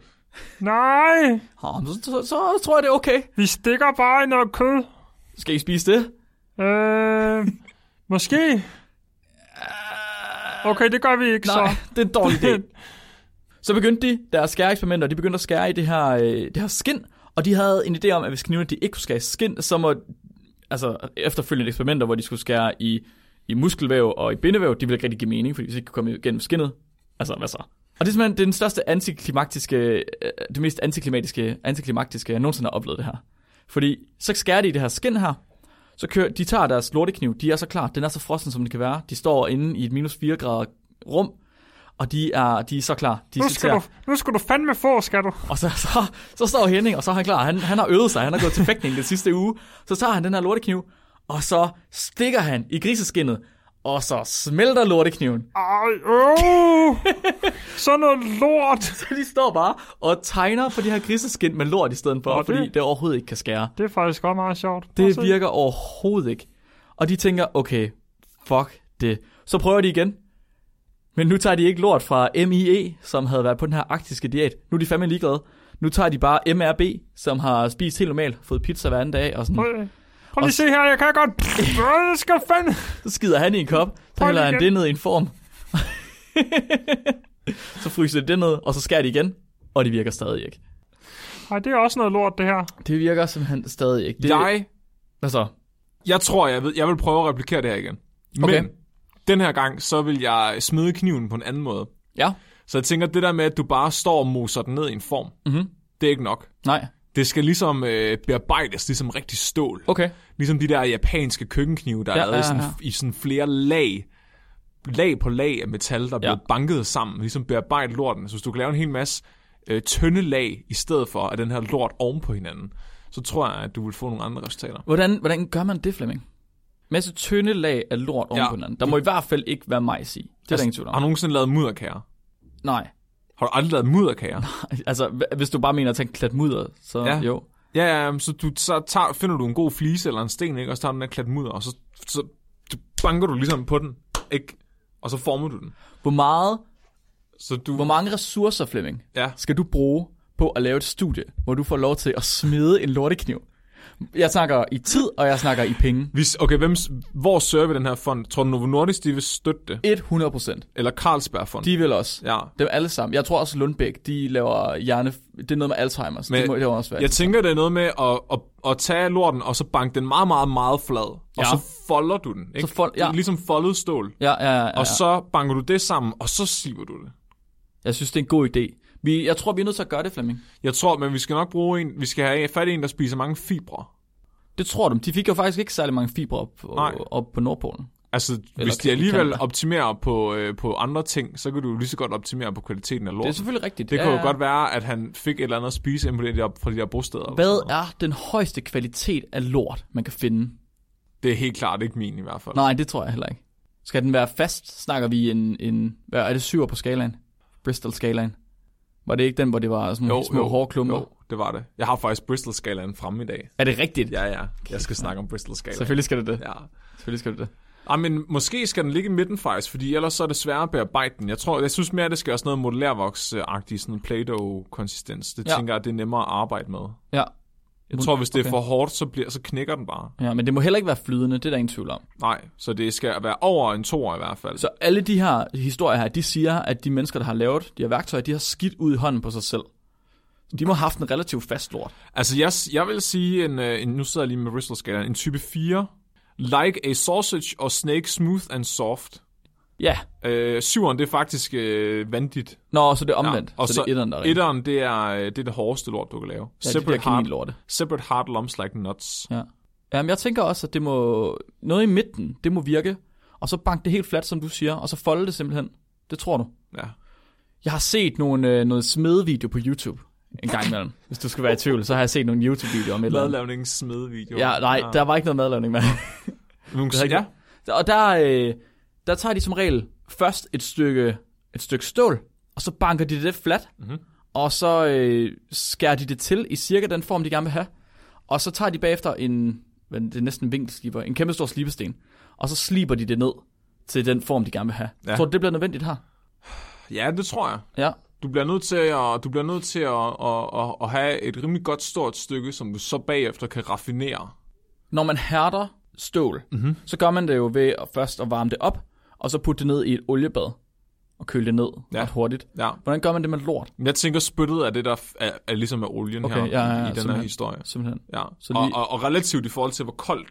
Nej,
Oh, så, så, så tror jeg, det er okay.
vi stikker bare i noget kød.
Skal I spise det?
Øh, måske. Okay, det gør vi ikke
Nej, det er en dårlig idé. Så begyndte de deres skæreeksperimenter, de begyndte at skære i det her, øh, det her skin, og de havde en idé om, at hvis knivene de ikke kunne skære i skin, så må altså, efterfølgende eksperimenter, hvor de skulle skære i, i muskelvæv og i bindevæv, de ville ikke rigtig give mening, fordi hvis de ikke kunne komme igennem skinnet, altså hvad så? Og det er simpelthen det er den største antiklimaktiske, øh, det mest antiklimatiske, antiklimaktiske, jeg nogensinde har oplevet det her. Fordi så skærer de i det her skin her, så kører, de tager deres lortekniv, de er så klar, den er så frossen, som den kan være. De står inde i et minus 4 grader rum, og de er, de er så klar. De
Nu
er
skal, du, nu skal du fandme få, skal du.
og så, så, så står Henning, og så er han klar. Han, han har øvet sig, han har gået til fægtning den sidste uge. Så tager han den her lortekniv, og så stikker han i griseskinnet, og så smelter lortekniven.
Ej, øh. Sådan noget lort.
Så de står bare og tegner på de her griseskind med lort i stedet for,
det-
fordi det overhovedet ikke kan skære.
Det er faktisk også meget sjovt. Prøv at
Det
se.
virker overhovedet ikke. Og de tænker, okay, fuck det. Så prøver de igen. Men nu tager de ikke lort fra MIE, som havde været på den her arktiske diæt. Nu er de fandme ligeglade. Nu tager de bare MRB, som har spist helt normalt, fået pizza hver anden dag, og sådan,
Prøv- Prøv lige at se her, jeg kan godt. Øh, det skal fandme.
så skider han i en kop, så
Prøv
hælder han
igen.
det ned i en form. så fryser de det ned, og så skærer de igen, og det virker stadig ikke.
Ej, det er også noget lort, det her.
Det virker simpelthen stadig ikke. Det,
Jeg,
Hvad så?
jeg tror, jeg, ved, jeg vil prøve at replikere det her igen. Men
Okay.
den her gang, så vil jeg smide kniven på en anden måde.
Ja,
Så jeg tænker, det der med, at du bare står og moser den ned i en form,
Mhm.
det er ikke nok.
nej,
Det skal ligesom øh, bearbejdes, ligesom rigtig stål.
okay.
Ligesom de der japanske køkkenknive, der
Ja,
ja, er lavet
ja,
i, sådan,
ja.
i sådan flere lag. Lag på lag af metal, der bliver banket sammen. Ligesom bearbejdet lorten. Så hvis du kan lave en hel masse øh, tynde lag, i stedet for at den her lort oven på hinanden, så tror jeg, at du vil få nogle andre resultater.
Hvordan, hvordan gør man det, Flemming? Masse tynde lag af lort oven
Ja.
på hinanden. Der må i hvert fald ikke være majs i. Det er der ingen tvivl
Har
om.
du nogensinde lavet mudderkager?
Nej.
Har du aldrig lavet mudderkager?
Altså, hv- hvis du bare mener at tage en klat mudder, så ja.
Ja.
jo.
Ja, ja, så, du, så tager, finder du en god flise eller en sten, ikke? og så tager du den der klat mudder, og så, så du banker du ligesom på den, ikke? og så former du den.
Hvor, meget,
Så du,
hvor mange ressourcer, Flemming,
Ja.
skal du bruge på at lave et studie, hvor du får lov til at smide en lortekniv? Jeg snakker i tid, og jeg snakker i penge.
Hvis, okay, hvem, s- hvor søger vi den her fond? Tror du, Novo Nordisk de vil støtte det?
100 procent.
Eller Carlsberg Fond?
De vil også. Ja.
ja.
Dem alle sammen. Jeg tror også, Lundbæk, de laver hjerne... Det er noget med Alzheimer's. Men, det må det må også være.
jeg tænker, det er noget med at, at, at tage lorten, og så banke den meget, meget, meget flad.
Ja.
Og så folder du den. Ikke?
Så fold- ja.
Det er ligesom foldet stål. Ja.
ja, ja, ja, ja.
Og så banker du det sammen, og så sliver du det.
Jeg synes, det er en god idé. Vi, jeg tror, vi er nødt til at gøre det, Flemming.
Jeg tror, men vi skal nok bruge en, vi skal have fat i en, der spiser mange fibre.
Det tror du. De fik jo faktisk ikke særlig mange fibre op,
Nej.
op på Nordpolen.
Altså, Eller hvis
kan-
de alligevel
kan-
optimerer på, øh, på andre ting, så kan du jo lige så godt optimere på kvaliteten af lort.
Det er selvfølgelig rigtigt.
det kunne jo godt være, at han fik et eller andet at spise ind på det der, fra de der bosteder.
Hvad er den højeste kvalitet af lort, man kan finde?
Det er helt klart ikke min i hvert fald.
Nej, det tror jeg heller ikke. Skal den være fast? Snakker vi en... en hvad er det syver på skalaen? Bristol-skalaen. Var det ikke den, hvor det var sådan nogle jo, små jo, hårde klumper? Jo.
Jo, det var det. Jeg har faktisk Bristol-skalaen fremme i dag.
Er det rigtigt?
Ja, ja. Jeg skal snakke om Bristol-skalaen.
Selvfølgelig skal det det. Ja.
Ja.
Selvfølgelig skal det det.
Ej, men måske skal den ligge i midten faktisk, fordi ellers så er det sværere at bearbejde den. Jeg, tror, jeg synes mere, at det skal være sådan noget modellærvoks-agtig, sådan en Play-Doh-konsistens. Det
Ja.
ja. tænker jeg, det er nemmere at arbejde med.
Ja.
Jeg tror, hvis det er
Okay.
for hårdt, så, bliver, så knækker den bare.
Ja, men det må heller ikke være flydende, det er der ingen tvivl om.
Nej, så det skal være over en toer i hvert fald.
Så alle de her historier her, de siger, at de mennesker, der har lavet de her værktøjer, de har skidt ud i hånden på sig selv. De må have haft en relativt fast lort.
Altså, jeg, jeg vil sige, en, øh, en, nu sidder jeg lige med Bristol-skalaen, en type 4. Like a sausage og snake smooth and soft.
Ja,
Øh, syveren, det er faktisk øh, vandigt.
Nå, så det er omvendt. Ja,
og
og så, så det er etteren, der er rigtigt.
Etteren, det er, øh, det er det hårdeste lort, du kan lave.
Ja, separate de der
hard,
kaninlorte.
separate hard lumps like nuts.
Ja. Jamen, jeg tænker også, at det må... Noget i midten, det må virke. Og så bank det helt fladt, som du siger. Og så folde det simpelthen. Det tror du.
Ja.
Jeg har set nogle, øh, noget smedvideo på YouTube en gang imellem. Hvis du skal være i tvivl, så har jeg set nogle YouTube-videoer om et eller andet.
Madlavningens smedvideo.
Ja, nej, der var ikke noget madlavning med.
Nogle,
Det er
ja,
rigtigt. Og der, øh, der tager de som regel først et stykke, et stykke stål, og så banker de det fladt,
Mhm.
mm-hmm. og så øh, skærer de det til i cirka den form, de gerne vil have. Og så tager de bagefter en, hvad, det er næsten en vinkelsliber, en kæmpe stor slibesten, og så sliber de det ned til den form, de gerne vil have.
Ja.
Ja. Tror du, det bliver nødvendigt her?
ja, det tror jeg.
Ja.
Du bliver nødt til at, du bliver nødt til at, at, at, at have et rimelig godt stort stykke, som du så bagefter kan raffinere.
Når man hærder stål, mm-hmm. så gør man det jo ved at først at varme det op, og så putte det ned i et oliebad, og køle det ned
Ja.
ja. ret hurtigt.
Ja.
Hvordan gør man det med lort?
Men Jeg tænker, spyttet er det, der f- er, er ligesom er olien
Okay,
her
ja, ja, ja,
i- i den her
simpelthen.
historie.
Simpelthen.
Ja.
Så
og,
lige-
og, og relativt i forhold til, hvor koldt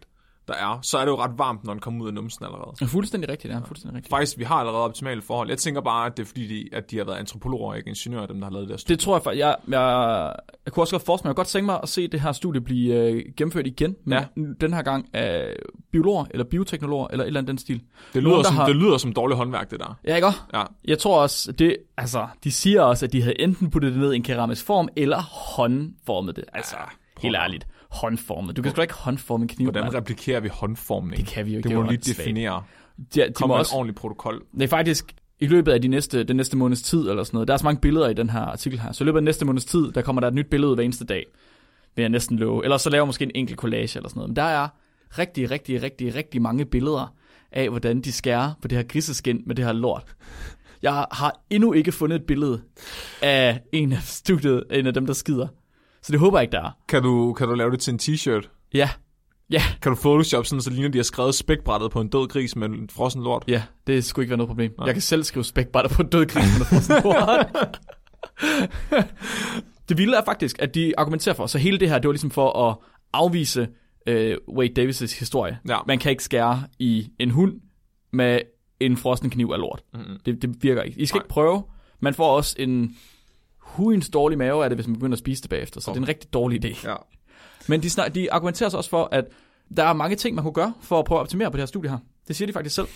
der er, så er det jo ret varmt, når den kommer ud af numsen allerede.
Ja, Fuldstændig rigtigt, ja. Fuldstændig rigtigt.
Faktisk, vi har allerede optimale forhold. Jeg tænker bare, at det er fordi, de, at de har været antropologer og ikke ingeniører, dem der har lavet det her studie.
Det tror jeg faktisk. Jeg, jeg, jeg kunne også godt forestille mig, jeg kunne godt tænke mig at se det her studie blive øh, gennemført igen. Men
Ja.
ja. den her gang af biologer, eller bioteknologer, eller et eller andet den stil.
Det lyder,
Nogen, der
som,
har-
det lyder som dårlig håndværk, det der.
Ja, ikke også?
Ja.
Jeg tror også, det, altså, de siger også, at de havde enten puttet det ned i en keramisk form, eller håndformet det. Altså, ja, helt ærligt, håndformet. Du kan sgu da ikke håndforme en kniv.
Hvordan
mand.
replikerer vi håndformning?
Det kan vi jo ikke,
Det må
det er jo
du lige
ret svagt.
definere.
de, de
Kom
må
med
også,
et ordentligt protokol.
det er faktisk i løbet af de næste, den næste måneds tid, eller sådan noget. Der er så mange billeder i den her artikel her. Så i løbet af den næste måneds tid, der kommer der et nyt billede hver eneste dag. Vil jeg næsten love. Eller så laver jeg måske en enkelt collage eller sådan noget. Men der er rigtig, rigtig, rigtig, rigtig mange billeder af, hvordan de skærer på det her griseskin med det her lort. Jeg har endnu ikke fundet et billede af en af studiet, en af dem, der skider. Så det håber jeg ikke, der er.
Kan du, kan du lave det til en t-shirt?
Ja, ja,
Kan du photoshop sådan, så ligner de har skrevet spækbrættet på en død gris med en frossen lort?
Ja, det skulle ikke være noget problem. Nej. Jeg kan selv skrive spækbrætter på en død gris, når får sådan noget. Det vilde er faktisk, at de argumenterer for, så hele det her, det var ligesom for at afvise øh, Wade Davis' historie.
Ja.
Man kan ikke skære i en hund med en frossen kniv af lort. Mm-hmm. Det, det virker ikke. I skal
Nej.
Nej. ikke prøve. Man får også en hudens dårlig mave af det, hvis man begynder at spise det bagefter. Så okay. det er en rigtig dårlig idé.
Ja.
Men de, snak, de argumenterer så også for, at der er mange ting, man kunne gøre for at prøve at optimere på det her studie her. Det siger de faktisk selv.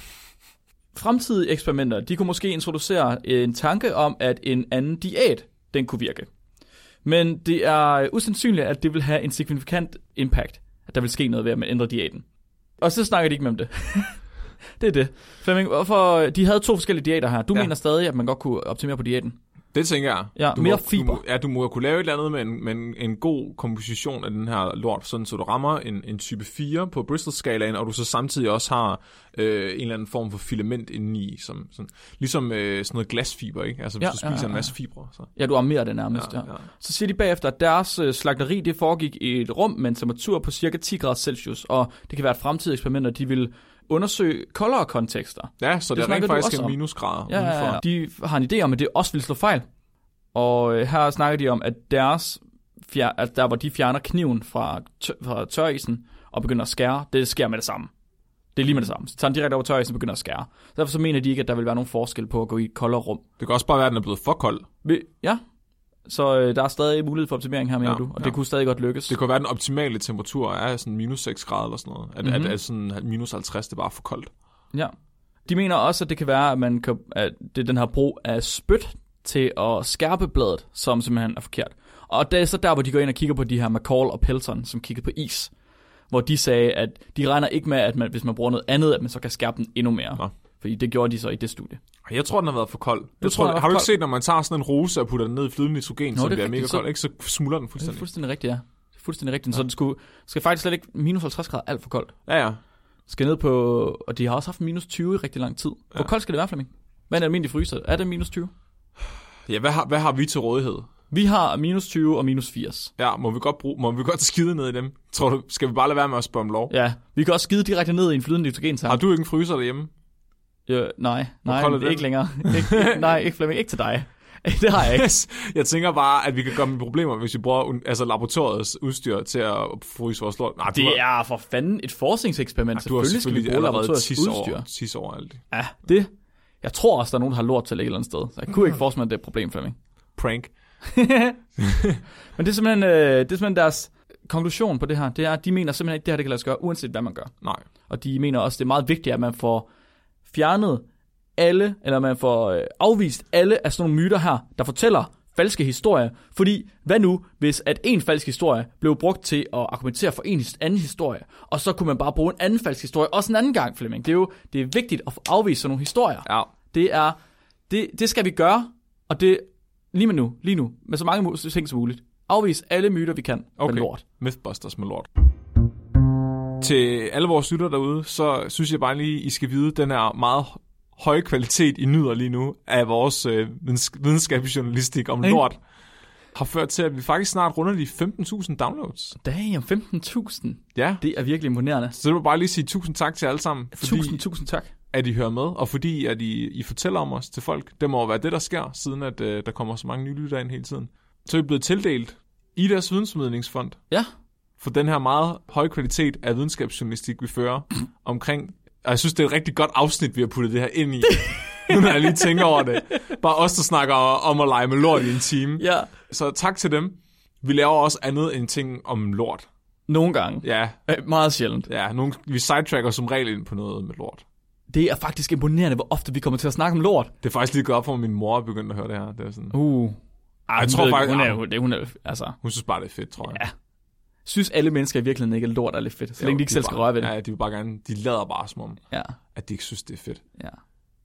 Fremtidige eksperimenter, de kunne måske introducere en tanke om, at en anden diæt, den kunne virke. Men det er usandsynligt, at det vil have en signifikant impact, at der vil ske noget ved, at man ændrer diæten. Og så snakker de ikke med om det. det er det. Flemming, hvorfor, de havde to forskellige diæter her. Du
Ja.
ja. mener stadig, at man godt kunne optimere på diæten.
Det tænker jeg.
Ja,
du
mere
må, Du,
fiber.
må- ja, du må kunne lave et eller andet med en, med en, en god komposition af den her lort, sådan så du rammer en, en type 4 på Bristol-skalaen, og du så samtidig også har øh, en eller anden form for filament indeni, som, sådan, ligesom øh, sådan noget glasfiber, ikke? Altså hvis
Ja,
du spiser
ja, ja,
en
ja.
masse fibre. Så.
Ja, du armerer det nærmest. Ja, ja. Så siger de bagefter, at deres øh, slagteri det foregik i et rum med en temperatur på cirka 10 grader Celsius, og det kan være et fremtidigt eksperiment, at de vil undersøge koldere kontekster.
Ja, så det,
Det
det er rent
snakkede du
faktisk
også
en
om.
minusgrad
Ja, ja, ja. De har en idé om, at det også vil slå fejl. Og øh, her snakker de om, at deres fjer- at der hvor de fjerner kniven fra, tør- fra tørisen og begynder at skære, det sker med det samme. Det er lige med det samme. Så tager den direkte over tørisen og begynder at skære. Derfor så mener de ikke, at der vil være nogen forskel på at gå i et koldere rum.
Det kan også bare være, at den er blevet for kold.
Vi- Ja, så øh, der er stadig mulighed for optimering her, mener
Ja,
ja, du, og
ja.
det kunne stadig godt lykkes.
Det kunne være, at den optimale temperatur er sådan minus 6 grader eller sådan noget. At, mm-hmm.
Mhm.
at, at sådan minus 50, det er bare for koldt.
Ja. De mener også, at det kan være, at, man kan, at det er den her brug af spyt til at skærpe bladet, som simpelthen er forkert. Og det er så der, hvor de går ind og kigger på de her McCall og Pelton, som kiggede på is. Hvor de sagde, at de regner ikke med, at man, hvis man bruger noget andet, at man så kan skærpe den endnu mere.
Nå.
Fordi det gjorde de så i det studie.
Ej, Jeg tror, den har været for kold. Jeg
tror,
tror,
den
tror,
er
har du ikke
kold.
set, når man tager sådan en rose og putter den ned i flydende nitrogen, Nå, så
det er
den bliver mega
rigtigt, så-
kold, ikke? så smuldrer den
Det er
fuldstændig.
fuldstændig rigtigt, ja. Det er fuldstændig rigtigt. Ja. Så det skulle, skal faktisk slet ikke minus 50 grader alt for koldt.
Ja, ja.
Skal ned på, og de har også haft minus 20 i rigtig lang tid. Hvor koldt skal det være, Flemming? Hvad er en almindelig fryser? Er det minus 20?
ja hvad, har, hvad har vi til rådighed?
Vi har minus 20 og minus 80.
Ja, må vi godt bruge, må vi godt skide ned i dem? Tror du, skal vi bare lade være med at spørge om lov?
Ja, vi kan også skide direkte ned i en flydende nitrogen
Har
sammen.
du ikke en fryser derhjemme?
Ja, nej, nej,
kold er
ikke
den?
længere. Ikke, nej, ikke Flemming, ikke til dig. Det har jeg ikke.
Yes. Jeg tænker bare, at vi kan komme i problemer, hvis vi bruger un- altså laboratoriets udstyr til at fryse vores lort. Nej,
Det er for fanden et forskningseksperiment.
du har
selvfølgelig,
selvfølgelig
skal vi bruge
allerede
laboratoriets
tis
udstyr.
over, tis over alt det.
Ja, det. Jeg tror også, der er nogen, der har lort til at ligge et eller andet sted. Så jeg kunne ikke forestille mig, at det er et problem, Flemming.
Prank.
Men det er simpelthen, øh, det er simpelthen deres konklusion på det her. Det er, at de mener simpelthen ikke, det her det kan lade sig gøre, uanset hvad man gør.
Nej.
Og de mener også, det er meget vigtigt, at man får fjernet alle, eller man får øh, afvist alle af sådan nogle myter her, der fortæller falske historier. Fordi, hvad nu, hvis at en falsk historie blev brugt til at argumentere for en his- anden historie, og så kunne man bare bruge en anden falsk historie, også en anden gang, Flemming. Det er jo det er vigtigt at få afvist sådan nogle historier.
Ja.
Det er, det, det skal vi gøre, og det lige med nu, lige nu, med så mange mu- ting som muligt. Afvis alle myter, vi kan okay. med lort.
Mythbusters med lort. Til alle vores lytter derude, så synes jeg bare lige, I skal vide, den er meget høj kvalitet, I nyder lige nu, af vores øh, videns- videnskabsjournalistik om
Ikke?
lort, har ført til, at vi faktisk snart runder de 15.000 downloads.
Damn, 15.000.
Ja,
Det er virkelig imponerende.
så det vil bare lige sige tusind tak til alle sammen, fordi
Tusind, tusind tak.
at I hører med, og fordi at I, I fortæller om os til folk. Det må jo være det, der sker, siden at øh, der kommer så mange nye lyttere ind hele tiden. Så er vi blevet tildelt i deres vidensmidlingsfond
Ja,
for den her meget høje kvalitet af videnskabsjournalistik, vi fører omkring... Og jeg synes, det er et rigtig godt afsnit, vi har puttet det her ind i. nu når jeg lige tænker over det. Bare os, der snakker om at lege med lort i en time.
ja.
Så tak til dem. Vi laver også andet end ting om lort.
Nogle gange.
Ja,
Øh, meget sjældent.
ja nogle, vi sidetracker som regel ind på noget med lort.
Det er faktisk imponerende, hvor ofte vi kommer til at snakke om lort.
Det er faktisk lige gået op for, at min mor er begyndt at høre det her. Det er sådan,
Uh. Ej, hun
tror
ved-
faktisk-
Hun er,
ah.
jo- det, hun er, altså,
hun synes bare, det er fedt, tror jeg.
Ja, synes alle mennesker i virkeligheden ikke, at lort er lidt fedt, så længe de ikke selv
bare,
skal røre ved det.
Ja, de vil bare gerne, de lader bare som om,
Ja,
at de ikke synes, det er fedt.
ja.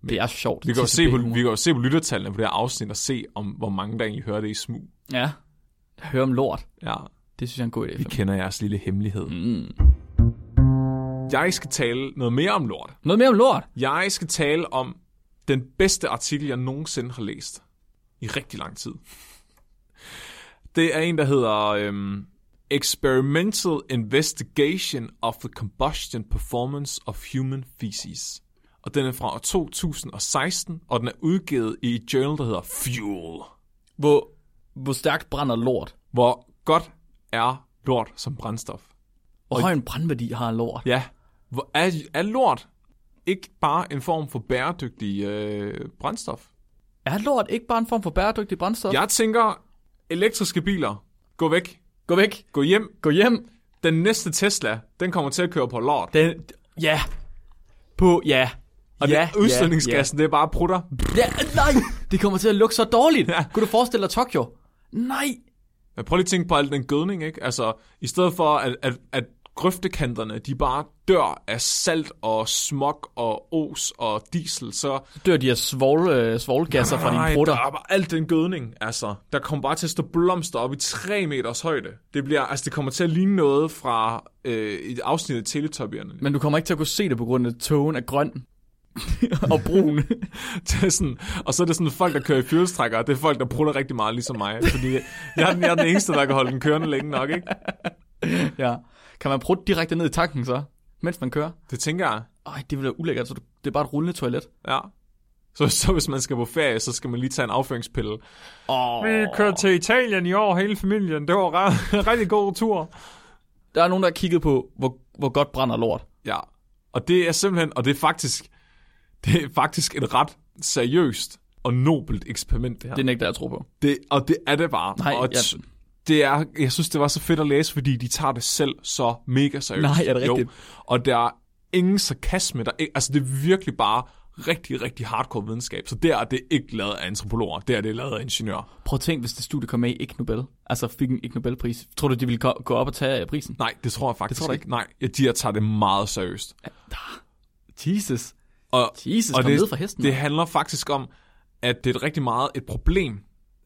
Det er sjovt.
Vi kan, jo
Tisse
se på,
pæk.
vi kan jo se på lyttertallene på det her afsnit og se, om hvor mange der egentlig hører det i smug.
Ja. Hør om lort.
Ja,
Det synes jeg er en god idé.
vi kender jeres lille hemmelighed.
Mm.
Jeg skal tale noget mere om lort.
Noget mere om lort.
Jeg skal tale om den bedste artikel, jeg nogensinde har læst. I rigtig lang tid. Det er en, der hedder øhm, Experimental Investigation of the Combustion Performance of Human Feces. Og den er fra år 2016, og den er udgivet i et journal, der hedder Fuel.
Hvor, hvor stærkt brænder lort.
Hvor godt er lort som brændstof?
Hvor høj en brandværdi har lort.
Ja. Hvor er, er lort ikke bare en form for bæredygtig øh, brændstof?
Er lort ikke bare en form for bæredygtig brændstof?
Jeg tænker, elektriske biler, gå væk,
Gå væk.
gå hjem.
Gå hjem.
Den næste Tesla, den kommer til at køre på lort.
Den, ja. På, ja.
og
ja,
det, udstødningsgassen, det er bare prutter.
Ja, nej, det kommer til at lugte så dårligt. Ja. Kunne du forestille dig Tokyo? Nej.
Men prøv lige at tænke på al den gødning, ikke? Altså, i stedet for, at, at, at grøftekanterne, de bare dør af salt og smog og os og diesel, så
Dør de af svol, øh, svovlgasser fra dine
der
brutter.
er bare alt den gødning, altså. Der kommer bare til at stå blomster op i 3 meters højde. Det bliver, altså, det kommer til at ligne noget fra øh, et afsnit af Teletubbierne.
Men du kommer ikke til at kunne se det på grund af, at togen er grøn. og brun.
Det er sådan, og så er det sådan folk, der kører i fyrstrækker, og det er folk, der prutter rigtig meget, ligesom mig. Fordi jeg er, den, jeg er den eneste, der kan holde den kørende længe nok, ikke?
ja. Kan man prutte direkte ned i tanken så, mens man kører?
Det tænker jeg.
Ej, det vil være ulækkert, så du, det er bare et rullende toilet.
Ja. Så, så hvis man skal på ferie, så skal man lige tage en afføringspille.
Oh.
Vi kørte til Italien i år, hele familien. Det var re- rigtig god tur.
Der er nogen, der har kigget på, hvor, hvor godt brænder lort.
Ja. Og det er simpelthen, og det er faktisk, det er faktisk et ret seriøst og nobelt eksperiment, det her.
Det nægter jeg at tro på.
Det, og det er det bare.
Nej,
og
jeg-
det er, jeg synes, det var så fedt at læse, fordi de tager det selv så mega seriøst.
Nej, er det
Jo.
rigtigt?
Og der er ingen sarkasme. Der er, ikke- altså, det er virkelig bare rigtig, rigtig hardcore videnskab. Så der er det ikke lavet af antropologer. Der er det lavet af ingeniører.
Prøv at tænk, hvis det studie kom med i Ig Nobel. Altså fik en Ig Nobelpris. Tror du, de ville gå gå op og tage øh, prisen?
Nej, det tror jeg faktisk
tror du
ikke. Nej, ja, de her tager det meget seriøst.
Jesus.
Og,
Jesus,
og
kom
det,
ned fra hesten.
det handler faktisk om, at det er rigtig meget et problem,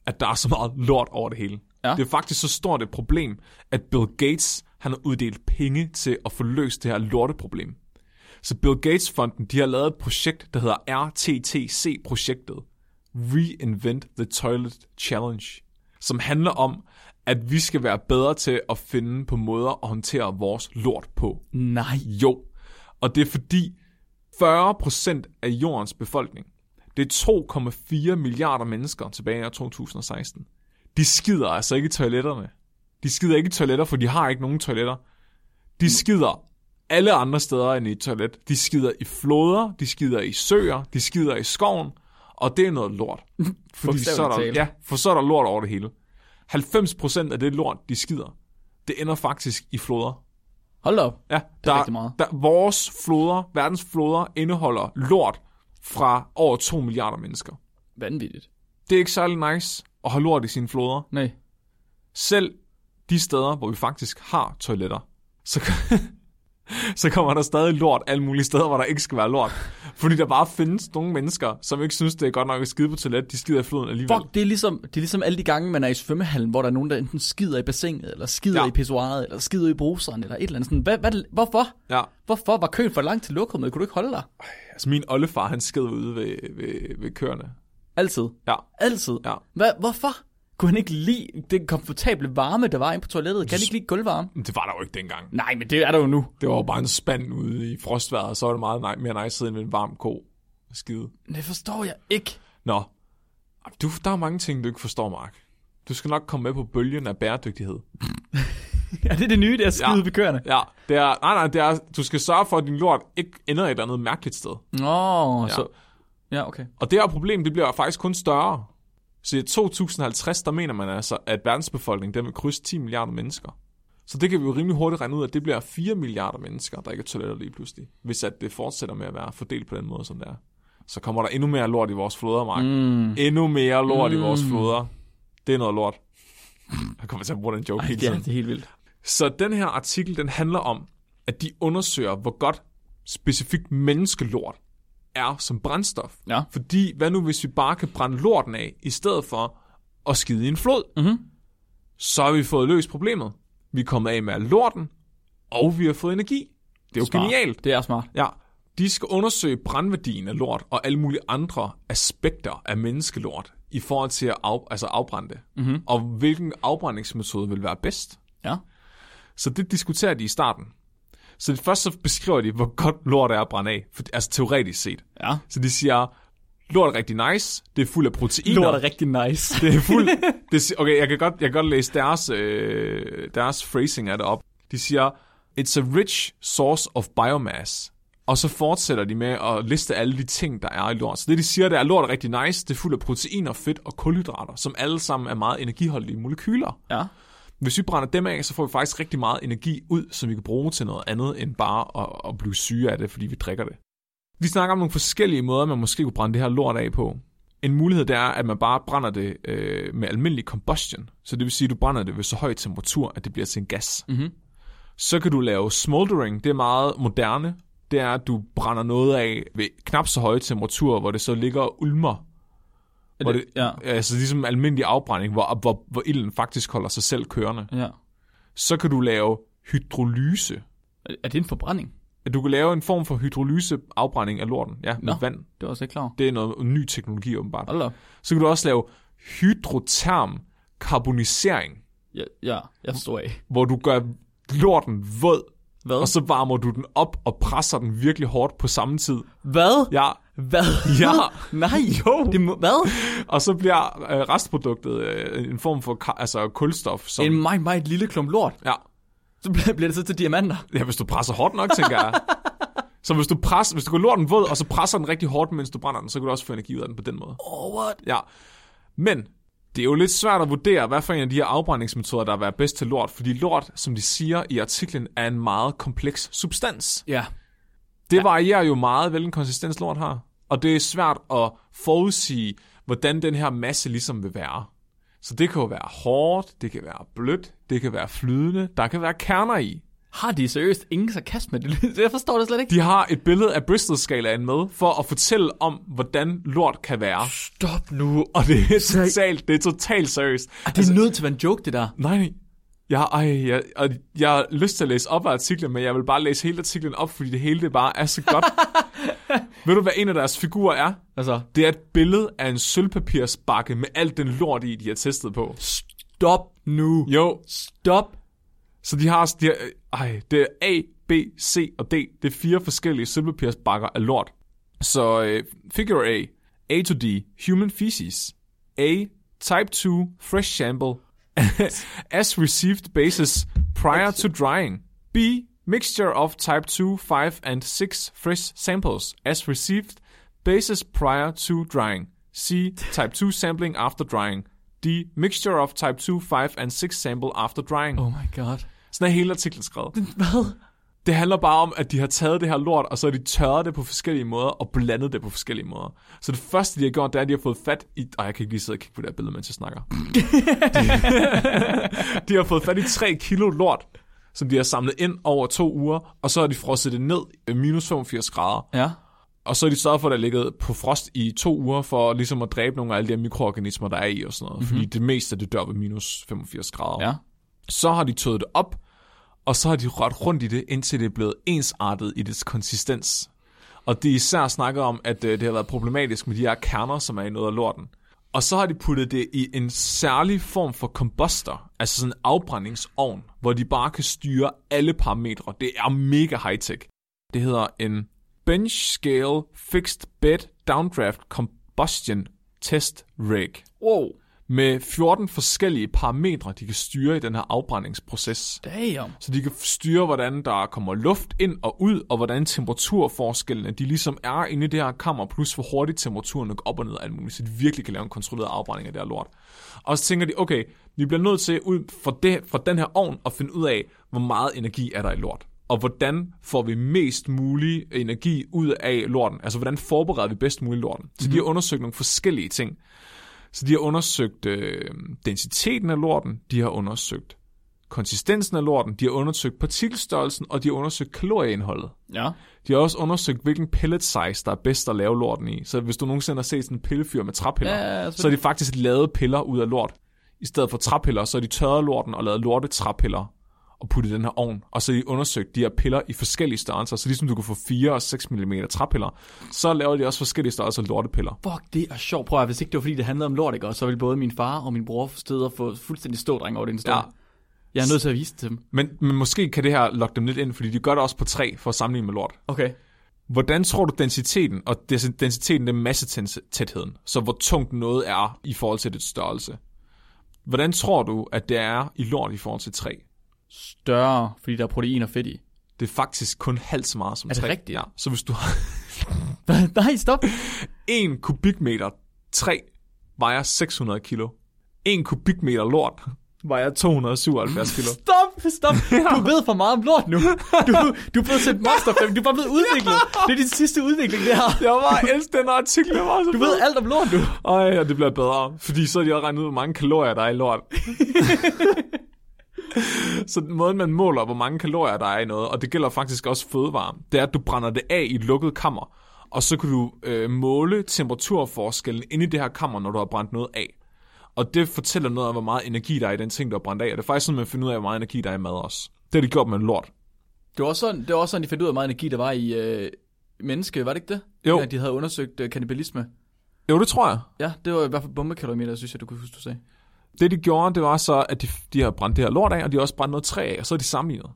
at der er så meget lort over det hele.
Ja.
Det er faktisk så stort et problem, at Bill Gates han har uddelt penge til at få løst det her lorteproblem. Så Bill Gates-fonden de har lavet et projekt, der hedder RTTC-projektet. Reinvent the Toilet Challenge. som handler om, at vi skal være bedre til at finde på måder at håndtere vores lort på.
Nej.
Jo. Og det er fordi 40% af jordens befolkning, det er 2,4 milliarder mennesker tilbage i år 2016. De skider altså ikke i toiletterne. De skider ikke i toiletter, for de har ikke nogen toiletter. De skider alle andre steder end i et toilet. De skider i floder, de skider i søer, de skider i skoven, og det er noget lort. Fordi
Bogstaveligt
så er der,
talt.
ja, for så er der lort over det hele. 90% af det lort, de skider, det ender faktisk i floder.
Hold da op.
Ja,
er rigtig meget.
Der, vores floder, verdens floder, indeholder lort fra over 2 milliarder mennesker.
Vanvittigt.
Det er ikke særlig nice at have lort i sine floder.
Nej.
Selv de steder, hvor vi faktisk har toiletter, så, så kommer der stadig lort alle mulige steder, hvor der ikke skal være lort. Fordi der bare findes nogle mennesker, som ikke synes, det er godt nok at skide på toilet. De skider i floden alligevel.
Fuck, det er, ligesom, det er ligesom alle de gange, man er i svømmehallen, hvor der er nogen, der enten skider i bassinet, eller skider
Ja.
ja. i pissoiret, eller skider i bruseren, eller et eller andet sådan. Hvad, hvad, hvorfor?
Ja,
Hvorfor var køen for langt til lokummet? Kunne du ikke holde dig?
altså min oldefar, han sked ude ved, ved, ved køerne.
Altid.
Ja,
Altid.
Ja.
Hvad, hvorfor? Kunne han ikke lide den komfortable varme, der var inde på toilettet? Kan han ikke lide gulvvarme?
men det var der jo ikke dengang.
Nej, men det er der jo nu.
Det var jo bare en spand ude i frostværet, og så var det meget nej, mere nice end en varm ko. Skide.
Det forstår jeg ikke.
Nå, du, der er mange ting, du ikke forstår, Mark. Du skal nok komme med på bølgen af bæredygtighed.
Er det det nye, det er skide
Ja.
ja. ved køerne?
Ja, det er, nej, nej, det er, du skal sørge for, at din lort ikke ender et eller andet mærkeligt sted.
Nå, ja.
Ja.
så... Ja, okay.
Og det her problem, det bliver faktisk kun større. Så i 2050, der mener man altså, at verdensbefolkningen, den vil krydse 10 milliarder mennesker. Så det kan vi jo rimelig hurtigt regne ud, at det bliver 4 milliarder mennesker, der ikke er toiletter lige pludselig. Hvis at det fortsætter med at være fordelt på den måde, som det er. Så kommer der endnu mere lort i vores floder, Mark. Mm. Endnu mere lort mm. i vores floder. Det er noget lort. Jeg kommer til at bruge den joke Ej, hele
Ja,
tiden.
det er helt vildt.
Så den her artikel, den handler om, at de undersøger, hvor godt specifikt menneskelort er som brændstof.
Ja.
Fordi hvad nu, hvis vi bare kan brænde lorten af, i stedet for at skide i en flod? Mm-hmm.
Mhm.
Så har vi fået løst problemet. Vi er kommet af med lorten, og vi har fået energi. Det er jo
Smart.
genialt.
Det er smart.
Ja, de skal undersøge brandværdien af lort og alle mulige andre aspekter af menneskelort i forhold til at af, altså afbrænde det.
Mhm.
Mm-hmm. Og hvilken afbrændingsmetode vil være bedst.
Ja.
Så det diskuterer de i starten. Så det først så beskriver de, hvor godt lort er at brænde af, for, altså teoretisk set.
Ja.
Så de siger, lort er rigtig nice, det er fuld af proteiner.
Lort er rigtig nice.
det er fuld... Det, si- okay, jeg kan, godt, jeg kan godt læse deres, øh, deres phrasing af det op. De siger, it's a rich source of biomass. Og så fortsætter de med at liste alle de ting, der er i lort. Så det, de siger, det er, at lort er rigtig nice, det er fuld af proteiner, fedt og kulhydrater, som alle sammen er meget energiholdige molekyler.
Ja.
Hvis vi brænder dem af, så får vi faktisk rigtig meget energi ud, som vi kan bruge til noget andet, end bare at, at blive syge af det, fordi vi drikker det. Vi snakker om nogle forskellige måder, man måske kunne brænde det her lort af på. En mulighed det er, at man bare brænder det øh, med almindelig combustion. Så det vil sige, at du brænder det ved så høj temperatur, at det bliver til en gas. Mm-hmm. Så kan du lave smoldering. Det er meget moderne. Det er, at du brænder noget af ved knap så høje temperaturer, hvor det så ligger og ulmer. Hvor det,
Ja.
Altså ligesom almindelig afbrænding, hvor, hvor, hvor ilden faktisk holder sig selv kørende
ja.
så kan du lave hydrolyse.
Er- Er det en forbrænding?
At du kan lave en form for hydrolyseafbrænding af lorten, ja, med
Nå.
vand.
Det var jeg slet ikke klar over.
Det er noget ny teknologi åbenbart.
Hold da op.
Så kan du også lave hydroterm karbonisering,
Ja, ja, jeg forstår af.
hvor du gør lorten våd,
Hvad?
og så varmer du den op og presser den virkelig hårdt på samme tid.
Hvad?
Ja,
Hvad?
Ja.
Nej, jo. Det må, hvad?
og så bliver øh, restproduktet øh, en form for ka- altså kulstof. Som,
En meget, meget lille klump lort.
ja.
Så bliver, bliver det så til diamanter.
ja, hvis du presser hårdt nok, tænker jeg. Så hvis du, presser, hvis du går lorten våd, og så presser den rigtig hårdt, mens du brænder den, så kan du også få energi ud af den på den måde.
Oh, what?
Ja. Men det er jo lidt svært at vurdere, hvad for en af de her afbrændingsmetoder, der vil være bedst til lort, fordi lort, som de siger i artiklen, er en meget kompleks substans.
Ja.
Det varierer jo meget, hvilken konsistens lort har, og det er svært at forudsige, hvordan den her masse ligesom vil være. Så det kan jo være hårdt, det kan være blødt, det kan være flydende, der kan være kerner i.
Har de seriøst ingen sarkasme? Det, jeg forstår det slet ikke.
De har et billede af Bristol-skalaen med, for at fortælle om, hvordan lort kan være.
Stop nu.
Og det er totalt, det er totalt seriøst.
Ah, det er nødt til at være en joke, det der.
Nej, nej. Jeg, ej, jeg, og jeg har lyst til at læse op af artiklen, men jeg vil bare læse hele artiklen op, fordi det hele det bare er så godt. Ved du, hvad en af deres figurer er?
Altså,
Det er et billede af en sølvpapirsbakke med alt den lort i, de har testet på.
Stop nu.
Jo,
Stop.
så de har, de har øh, ej, det er A, B, C og D. Det er fire forskellige silverpierce bakker af lort. Så øh, figure A, A to D, human feces. A, type 2, fresh sample, as received basis prior to drying. B, mixture of type 2, 5 and 6 fresh samples as received basis prior to drying. C, type 2 sampling after drying. D, mixture of type 2, 5 and 6 sample after drying.
Oh my god.
Sådan er hele artiklen skrevet.
Hvad?
Det handler bare om, at de har taget det her lort, og så har de tørret det på forskellige måder, og blandet det på forskellige måder. Så det første, de har gjort, det er, at de har fået fat i... Ej, jeg kan ikke lige sidde og kigge på det her billede, mens jeg snakker. de, de har fået fat i 3 kilo lort, som de har samlet ind over to uger, og så har de frosset det ned øh, minus 85 grader.
Ja.
Og så har de sørget for, at det har ligget på frost i to uger, for ligesom at dræbe nogle af alle de her mikroorganismer, der er i og sådan noget. Mm-hmm. Fordi det meste, det dør ved minus 85 grader.
Ja.
Så har de tøet det op, og så har de rørt rundt i det, indtil det er blevet ensartet i dets konsistens. Og de især snakker om, at øh, det har været problematisk med de her kerner, som er i noget af lorten. Og så har de puttet det i en særlig form for komposter, altså sådan en afbrændingsovn, hvor de bare kan styre alle parametre. Det er mega high-tech. Det hedder en Bench Scale Fixed Bed Downdraft Combustion Test Rig
Wow.
med 14 forskellige parametre, de kan styre i den her afbrændingsproces.
Damn.
Så de kan styre, hvordan der kommer luft ind og ud, og hvordan temperaturforskellene, de ligesom er inde i det her kammer, plus hvor hurtigt temperaturen går op og ned og alt muligt, så de virkelig kan lave en kontrolleret afbrænding af det her lort. Og så tænker de, okay, vi bliver nødt til ud fra, det, fra den her ovn at finde ud af, hvor meget energi er der i lort. Og hvordan får vi mest mulig energi ud af lorten? Altså, hvordan forbereder vi bedst muligt lorten? Så de har undersøgt nogle forskellige ting. Så de har undersøgt øh, densiteten af lorten, de har undersøgt konsistensen af lorten, de har undersøgt partikelstørrelsen, og de har undersøgt kalorieindholdet.
Ja.
De har også undersøgt, hvilken pellet size, der er bedst at lave lorten i. Så hvis du nogensinde har set sådan en pillefyr med træpiller,
Ja, ja, ja, så-
så har de faktisk lavet piller ud af lort. I stedet for træpiller, så har de tørret lorten og lavet lorte træpiller og puttet i den her ovn. Og så har de undersøgt de her piller i forskellige størrelser. Så ligesom du kan få 4 og 6 mm træpiller, så laver de også forskellige størrelser lortepiller.
Fuck, det er sjovt. Prøv at høre, hvis ikke det var fordi, det handlede om lort, ikke? Og så ville både min far og min bror stede og få fuldstændig stådreng over den historie.
Ja.
Ja. Jeg er nødt til at vise det til dem.
Men, men måske kan det her lokke dem lidt ind, fordi de gør det også på træ for at sammenligne med lort.
Okay.
Hvordan tror du densiteten, og des- densiteten det er massetætheden, så hvor tungt noget er i forhold til dets størrelse? Hvordan tror du, at det er i lort i forhold til træ?
Større, fordi der er protein og fedt i.
Det er faktisk kun halvt så meget som
Er det
træ.
rigtigt?
Ja. Så hvis du har
Nej, stop.
1 kubikmeter træ, vejer 600 kilo. 1 kubikmeter lort vejer 277 kilo.
Stop, stop. Du ved for meget om lort nu. Du, du er blevet til et monster, du er bare blevet udviklet. Det er din sidste udvikling, det her.
Jeg var elsker den her artikel, det var så
Du ved alt om lort nu.
Ej, og det bliver bedre, fordi så har de også regnet ud, hvor mange kalorier der er i lort. så den måde, man måler, hvor mange kalorier der er i noget, og det gælder faktisk også fødevare, det er, at du brænder det af i et lukket kammer, og så kan du øh, måle temperaturforskellen inde i det her kammer, når du har brændt noget af. Og det fortæller noget om, hvor meget energi der er i den ting, du har brændt af, og det er faktisk sådan, man finder ud af, hvor meget energi der er i mad også. Det har de gjort med lort.
Det var også sådan, det var også sådan de fandt ud af, hvor meget energi der var i øh, menneske, var det ikke det?
Jo.
At de havde undersøgt øh, kannibalisme.
Jo, det tror jeg.
Ja, det var i hvert fald bombekalometer, synes jeg, du kunne huske, du sagde.
Det de gjorde, det var så, at de, de har brændt det her lort af, og de har også brændt noget træ af, og så er de sammenlignet.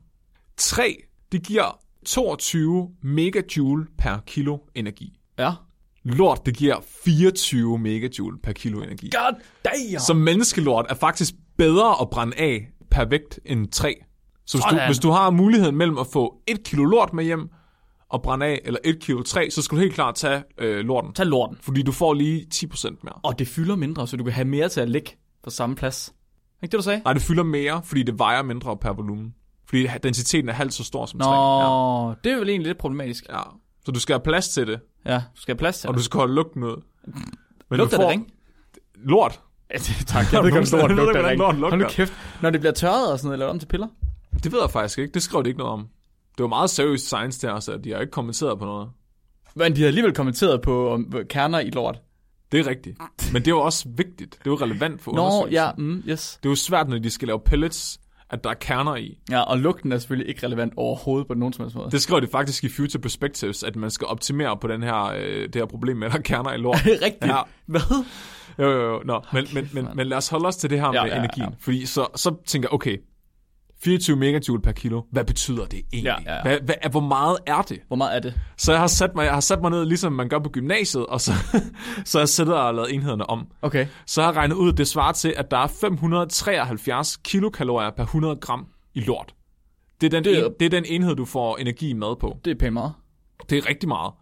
Træ, det giver 22 megajoule per kilo energi.
Ja.
Lort, det giver 24 megajoule per kilo energi.
God damn!
Så menneskelort er faktisk bedre at brænde af per vægt end træ. Så hvis du,
Sådan.
hvis du har muligheden mellem at få 1 kilo lort med hjem og brænde af, eller 1 kilo træ, så skal du helt klart tage øh, lorten.
Tag lorten.
Fordi du får lige 10% mere.
Og det fylder mindre, så du kan have mere til at ligge på samme plads. Ikke det, du sagde?
Nej, det fylder mere, fordi det vejer mindre per volumen. Fordi densiteten er halvt så stor som
Nå,
træ. Ja.
det er vel egentlig lidt problematisk.
ja. Så du skal have plads til det,
Ja, du skal have plads til
og
det.
du skal holde lugten ud. Men
Lugter
du
det
får-
ring?
Lort.
Ja, det- tak, jeg ved ikke, om
Jeg ved
lort
ikke,
lugter
hvordan
ring.
lort lugter.
Hold nu kæft. Når det bliver tørret og sådan noget, lavet om til piller?
Det ved jeg faktisk ikke. Det skrev det ikke noget om. Det var meget seriøst science der, så de har ikke kommenteret på noget.
Men de har alligevel kommenteret på om, øh, kerner i lort.
Det er rigtigt. Men det er jo også vigtigt. Det er jo relevant for
Nå,
undersøgelsen.
ja, mm, yes.
Det er jo svært, når de skal lave pellets. at der er kerner i.
Ja, og lugten er selvfølgelig ikke relevant overhovedet på nogen som helst måde.
Det skrev det faktisk i Future Perspectives, at man skal optimere på den her, øh, det her problem med, at der er kerner i lort.
Det er rigtigt.
Ja.
Hvad?
Jo, jo, jo. Nå, men, men, men, men lad os holde os til det her
Ja,
ja, med
ja,
ja,
ja.
energien. Ja. Fordi så, så tænker jeg, okay, 24 megajoule per kilo, hvad betyder det egentlig?
Ja, ja, ja.
Hvad, hvad, hvor meget er det?
Hvor meget er det?
Så jeg har, sat mig, jeg har sat mig ned, ligesom man gør på gymnasiet, og så, så har jeg siddet og lavet enhederne om.
Okay.
Så har jeg regnet ud, at det svarer til, at der er 573 kilokalorier per 100 gram i lort. Det er
Det
den, det
er-
er, en, det er den enhed, du får energi i mad på.
Det er pænt meget.
Det er rigtig meget.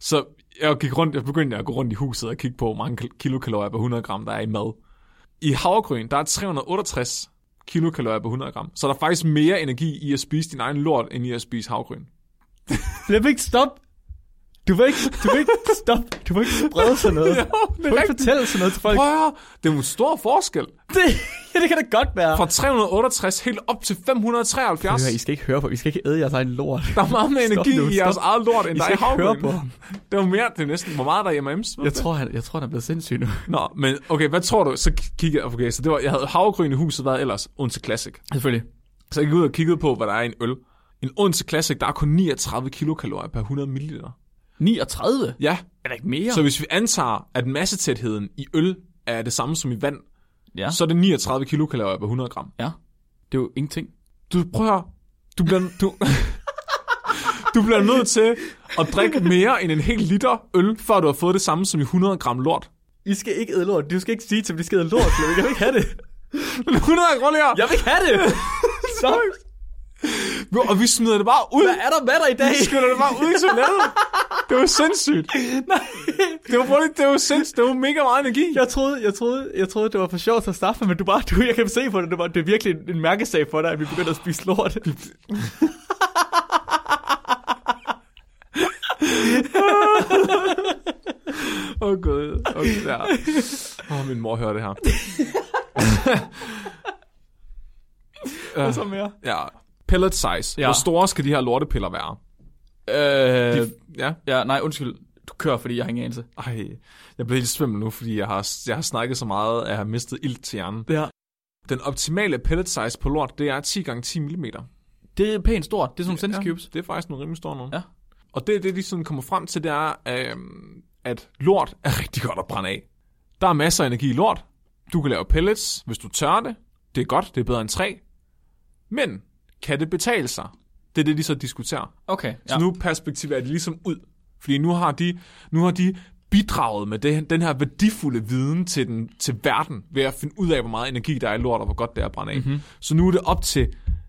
Så jeg gik rundt, jeg begyndte at gå rundt i huset og kigge på, hvor mange kal- kilokalorier per 100 gram, der er i mad. I havregryn, der er 368 kilokalorier per 100 gram. Så der er faktisk mere energi i at spise din egen lort, end i at spise havregryn.
Jeg vil ikke stoppe. Du vil ikke, du vil ikke stoppe. Du vil ikke sprede sådan noget.
Jo,
du vil ikke fortælle sådan noget til folk.
Prøv at høre, det er jo en stor forskel.
Det, ja, det kan da godt være.
Fra 368 helt op til 573.
Hør, I skal ikke høre på. I skal ikke æde jeres egen lort.
Der er meget mere
Stop
energi
nu,
i jeres
stop.
eget lort, end
I
der er
skal
i
ikke høre
havregryn.
på ham.
Det var mere, det er næsten, hvor meget er der er i M&M's? ved
Jeg
du?
tror, han, jeg tror, han er blevet sindssyg nu.
Nå, men okay, hvad tror du? Så kiggede jeg, okay, så det var, jeg havde havregryn i huset, hvad ellers? Odense Classic.
Selvfølgelig.
Så jeg gik ud og kiggede på, hvad der er i en øl. En Odense Classic, der er kun 39 kilokalorier per 100 ml.
39?
Ja,
Er der ikke mere?
så hvis vi antager, at massetætheden i øl er det samme som i vand,
Ja.
så er det 39 kilokalorier per 100 gram.
ja. Det er jo ingenting.
Du prøver, du bliver, du, du bliver nødt til at drikke mere end en hel liter øl, før du har fået det samme som i 100 gram lort.
I skal ikke æde lort. Du skal ikke sige til dem, de skal æde lort. Flemming. Jeg vil ikke have det.
100 gram lort!
Jeg vil ikke have det. Stop.
Og vi smider det bare ud.
Hvad er der med dig i dag?
Vi skyller det bare ud i toilettet. Det var sindssygt.
Nej.
Det var, prøv lige- det var sindssygt. Det var mega meget energi.
Jeg troede, jeg troede, jeg troede, det var for sjovt til at starte med, men du bare, du, jeg kan se på det, det, var, det er virkelig en, en mærkesag for dig, at vi begynder at spise lort.
Åh oh, gud. Okay, ja. Åh, oh, min mor hører det her.
Og så mere.
Ja. Pellet size.
Ja.
Ja. Hvor store skal de her lortepiller være?
Øh,
Ja.
ja, nej, undskyld. Du kører, fordi jeg har ingen anelse.
Ej, jeg bliver helt svimmel nu, fordi jeg har, jeg har snakket så meget, at jeg har mistet ilt til hjernen.
Det, her.
Den optimale pellet size på lort, det er 10 gange 10 mm.
det er pænt stort. Det er sådan nogle
Ja,
ja. cubes.
det er faktisk nogle rimelig store nogle.
Ja.
Og det, det de sådan kommer frem til, det er, øhm, at lort er rigtig godt at brænde af. Der er masser af energi i lort. Du kan lave pellets, hvis du tør det. Det er godt, det er bedre end træ. Men kan det betale sig? Det er det, de så diskuterer.
Okay,
Så nu perspektiverer de ligesom ud. Fordi nu har de, nu har de bidraget med det, den her værdifulde viden til, den, til verden, ved at finde ud af, hvor meget energi der er i lort, og hvor godt det er at brænde af. Mm-hmm. Så nu er det op til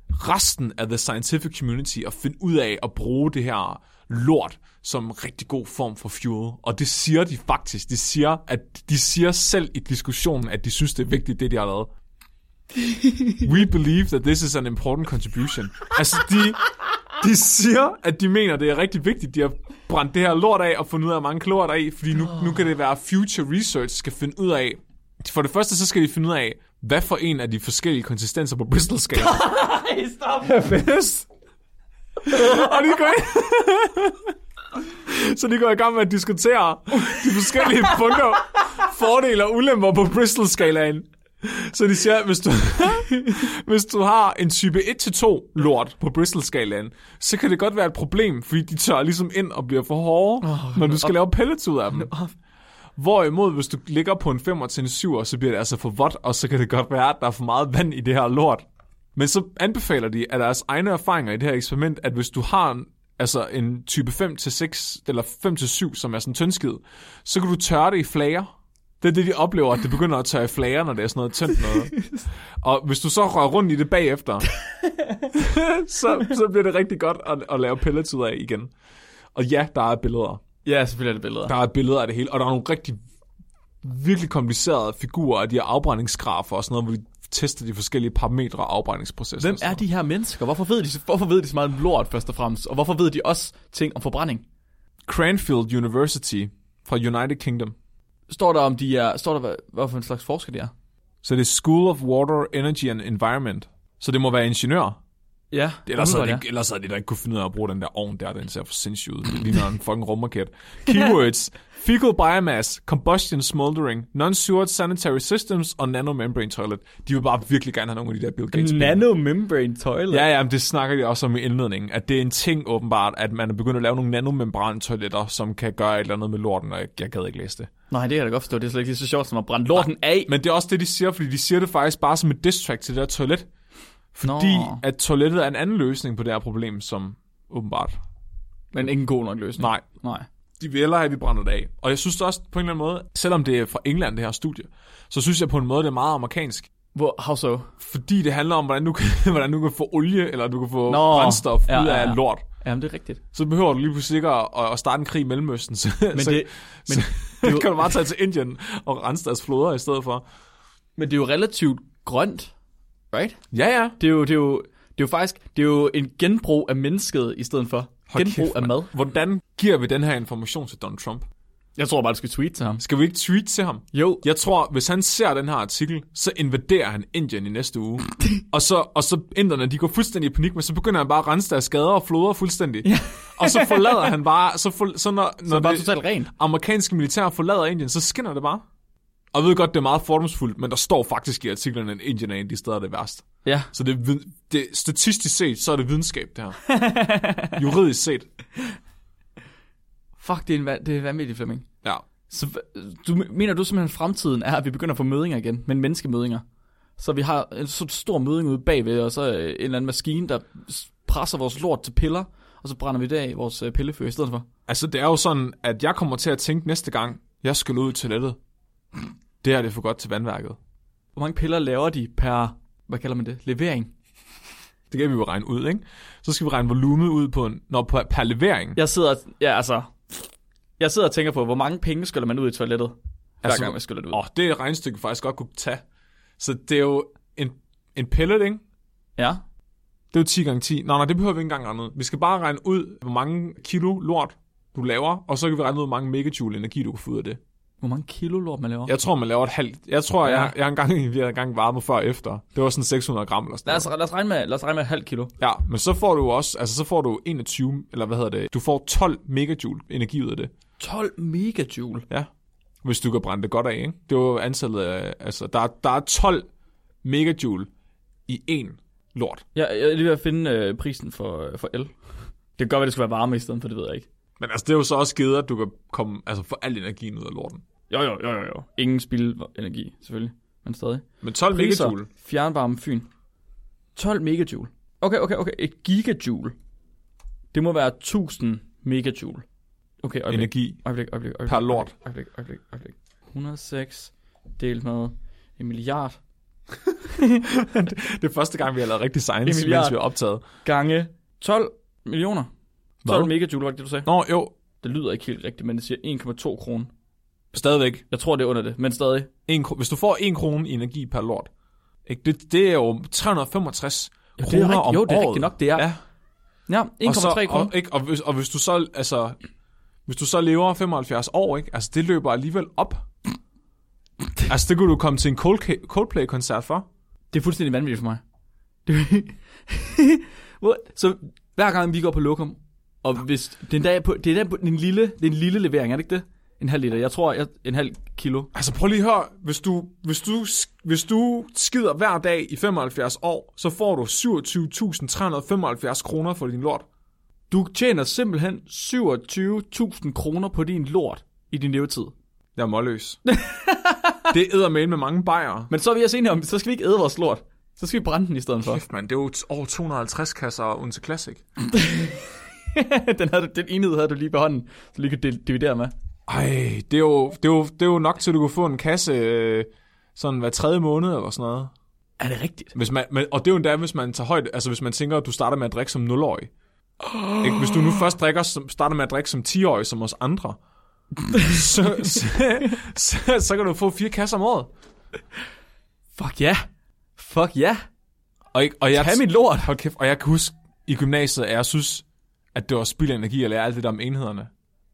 resten af the scientific community at finde ud af at bruge det her lort som en rigtig god form for fuel. Og det siger de faktisk. De siger, at de siger selv i diskussionen, at de synes, det er vigtigt, det de har lavet. We believe that this is an important contribution. Altså, de, de siger, at de mener, det er rigtig vigtigt, de har brændt det her lort af og fundet ud af, hvor mange kalorier der er i, fordi nu, nu kan det være, at future research skal finde ud af. For det første, så skal de finde ud af, hvad for en af de forskellige konsistenser på Bristol-skala
Hey, stop.
bedst. og de går i- Så de går i gang med at diskutere de forskellige punkter, fordele og ulemper på Bristol-skalaen. Så de siger, hvis du, hvis du har en type 1-2 lort på Bristol-skalaen, så kan det godt være et problem, fordi de tør ligesom ind og bliver for hårde, oh, når du skal lave pellets ud af dem. Hvorimod, hvis du ligger på en 5'er til en 7'er, så bliver det altså for vådt, og så kan det godt være, at der er for meget vand i det her lort. Men så anbefaler de af deres egne erfaringer i det her eksperiment, at hvis du har en, altså en type 5 til 6, eller 5 til 7, som er sådan tyndskid, så kan du tørre det i flager. Det er det, de oplever, at det begynder at tørre i flager, når det er sådan noget tyndt noget. Og hvis du så rører rundt i det bagefter, så, så bliver det rigtig godt at, at lave pellets ud af igen. Og ja, der er billeder.
Ja, selvfølgelig er det billeder.
Der er billeder af det hele, og der er nogle rigtig, virkelig komplicerede figurer af de her afbrændingsgrafer og sådan noget, hvor vi tester de forskellige parametre og afbrændingsprocesser.
Hvem er de her mennesker? Hvorfor ved de, så- hvorfor ved de så meget om lort, først og fremmest? Og hvorfor ved de også ting om forbrænding?
Cranfield University fra United Kingdom.
Står der, om de er, står der, hvad, hvad for en slags forsker de er?
Så det er School of Water, Energy and Environment. Så det må være ingeniør.
Ja,
Ellers havde,
umiddelbart,
de, ikke- ellers havde de da ikke kunne finde ud af at bruge den der ovn der, den ser for sindssyg ud. Det ligner en fucking rumraket. Keywords. Fecal biomass, combustion smoldering, non-sewered sanitary systems og nanomembrane toilet. De vil bare virkelig gerne have nogle af de der Bill Gates biler.
Nanomembrane toilet.
Ja, ja, men det snakker de også om i indledningen, at det er en ting åbenbart, at man er begyndt at lave nogle nanomembrantoiletter, som kan gøre et eller andet med lorten, og jeg, jeg gad ikke læse det.
Nej, det kan jeg da godt forstå. Det er slet ikke lige så sjovt som at brænde lorten af.
Men det er også det, de siger, fordi de siger det faktisk bare som et diss track til det der toilet, fordi
Nå,
at toilettet er en anden løsning på det her problem, som åbenbart...
men ingen god nok løsning.
Nej,
Nej.
de vil hellere have, at vi brænder det af. Og jeg synes det også på en eller anden måde, selvom det er fra England, det her studie, så synes jeg på en måde, det er meget amerikansk.
Hvor, how so?
Fordi det handler om, hvordan du kan, hvordan du kan få olie, eller du kan få
Nå,
brændstof
ja,
ud
ja,
af
ja.
lort.
Jamen, det er rigtigt.
Så behøver du lige pludselig ikke at, at starte en krig i Mellemøsten. Så,
Men,
så,
det, men, det, er
kan du
jo,
bare tage til Indien og rense deres floder i stedet for.
men det er jo relativt grønt, right?
Ja, ja.
Det er jo, det er jo, det er jo faktisk det er jo en genbrug af mennesket i stedet for.
Hold
genbrug
kæft,
af
mand.
mad.
Hvordan giver vi den her information til Donald Trump?
Jeg tror bare, du skal tweete til ham.
Skal vi ikke tweet til ham?
Jo,
Jeg tror, hvis han ser den her artikel, så invaderer han Indien i næste uge. og så, og så inderne, de går fuldstændig i panik, men så begynder han bare at rense deres gader og floder fuldstændig. og så forlader han bare, så, for, så når, når
det er bare
det
totalt rent.
amerikanske militær forlader Indien, så skinner det bare. Og jeg ved godt, det er meget fordomsfuldt, men der står faktisk i artiklerne, at Indien er en af de steder, det er værst.
Ja.
Så det, er vid- det, statistisk set, så er det videnskab, det her. Juridisk set.
Fuck, det er, en, va- det er vanvittigt, Flemming.
Ja.
Så hva- du, mener du simpelthen, at fremtiden er, at vi begynder at få mødinger igen, men menneskemødinger? Så vi har en så stor møding ude bagved, og så øh, en eller anden maskine, der s- presser vores lort til piller, og så brænder vi det af i vores øh, pillefyr i stedet for.
Altså, det er jo sådan, at jeg kommer til at tænke næste gang, jeg skal ud i toilettet. Det her det er for godt til vandværket.
Hvor mange piller laver de per, hvad kalder man det, levering?
Det kan vi jo regne ud, ikke? Så skal vi regne volumet ud på en, når på, per levering.
Jeg sidder, ja altså, jeg sidder og tænker på, hvor mange penge skyller man ud i toilettet, hver
Altså,
altså, gang man skyller det ud.
Åh, det er et regnstykke, faktisk godt kunne tage. Så det er jo en, en pellet, ikke?
Ja,
Det er jo 10 gange 10. Nå, nej, det behøver vi ikke engang regne ud. Vi skal bare regne ud, hvor mange kilo lort du laver, og så kan vi regne ud, hvor mange megajoule energi du kan få ud af det.
hvor mange kilo lort man laver.
Jeg tror, man laver et halvt... Jeg tror,
Ja.
jeg, jeg har engang, vi har engang varmet før og efter. Det var sådan 600 gram eller sådan
Lad os,
noget.
lad os regne med, lad os regne med et halvt kilo.
Ja, men så får du også... Altså, så får du 21... Eller hvad hedder det? Du får 12 megajoule energi ud af det.
12 megajoule.
Ja. Hvis du kan brænde det godt af, ikke? Det var antallet af... Altså, der, er- der er 12 megajoule i en lort.
Jeg, jeg er lige ved at finde øh, prisen for, øh, for el. Det kan godt være, det skal være varme i stedet for, det ved jeg ikke.
Men altså, det er jo så også givet, at du kan komme, altså, få al energien ud af lorten.
Jo, jo, jo, jo. jo. Ingen spild energi, selvfølgelig. Men stadig.
Men 12 megajoule...
Priser, fjernvarme, Fyn. 12 megajoule. Okay, okay, okay. Et gigajoule. Det må være 1000 megajoule. Okay, øjeblik.
energi
Øjeblik, øjeblik, øjeblik.
Per lort.
Øjeblik, øjeblik, øjeblik. 106 delt med en milliard
Det er første gang, vi har lavet rigtig science,
En milliard.
mens vi har optaget.
gange 12 millioner. 12
Hvad?
megajoule, var det det, du sagde?
Nå, jo.
Det lyder ikke helt rigtigt, men det siger 1,2 kroner.
Stadigvæk.
Jeg tror, det er under det, men stadig.
En, kro- hvis du får 1 krone i energi per lort, ikke? Det, det er jo 365
Jo, det er,
kroner
rigtigt,
om
jo, det er
året.
rigtigt nok, det er.
Ja.
Ja,
Og, så,
1,3 kroner.
og, ikke? Og, hvis, og hvis du så, altså, hvis du så lever 75 år, ikke? Altså, det løber alligevel op. altså, det kunne du komme til en Coldca- Coldplay-koncert for.
Det er fuldstændig vanvittigt for mig. Det- Hvor- så hver gang vi går på lokum, og hvis den dag på, det er den, på, den lille, den lille levering, er det ikke det? En halv liter. Jeg tror, jeg, en halv kilo.
Altså, prøv lige at høre. Hvis du, hvis, du, hvis du skider hver dag i 75 år, så får du 27.375 kroner for din lort.
Du tjener simpelthen 27.000 kroner på din lort i din levetid.
Jeg er målløs. det æder med med mange bajere.
Men så er vi også enige om, så skal vi ikke æde vores lort. Så skal vi brænde den i stedet for.
Kæft, mand, det er jo t- over 250 kasser Unse Classic.
den, havde, du- den enhed havde du lige på hånden, så lige kan del- dividere med.
Ej, det er, jo, det, er jo, det er jo nok til, at du kunne få en kasse øh, sådan hver tredje måned eller sådan noget.
Er det rigtigt?
Hvis man, men, og det er jo endda, hvis man tager højde, altså hvis man tænker, at du starter med at drikke som 0-årig. Ikke? Hvis du nu først drikker, som, starter med at drikke som 10-årig, som os andre, så, så, så, så, kan du få fire kasser om året.
Fuck ja. Fuck ja.
Og, ikke, og jeg,
Tag min lort.
Hold kæft, og jeg kan huske i gymnasiet, at jeg synes, at det var spild af energi at lære alt det der om enhederne.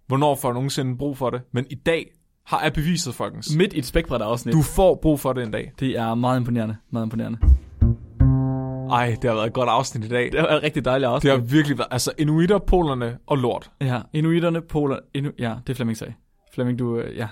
Hvornår får jeg nogensinde brug for det? Men i dag har jeg beviset, folkens.
Midt i et spækbræt afsnit.
Du får brug for det en dag.
Det er meget imponerende. Meget imponerende.
Ej, det har været et godt afsnit i dag.
Det var et rigtig dejligt afsnit.
Det har virkelig været, altså inuitter, polerne og lort.
Ja, inuiterne, poler... Inu... Ja, det er Flemming sag. Flemming, du... øh, Ja.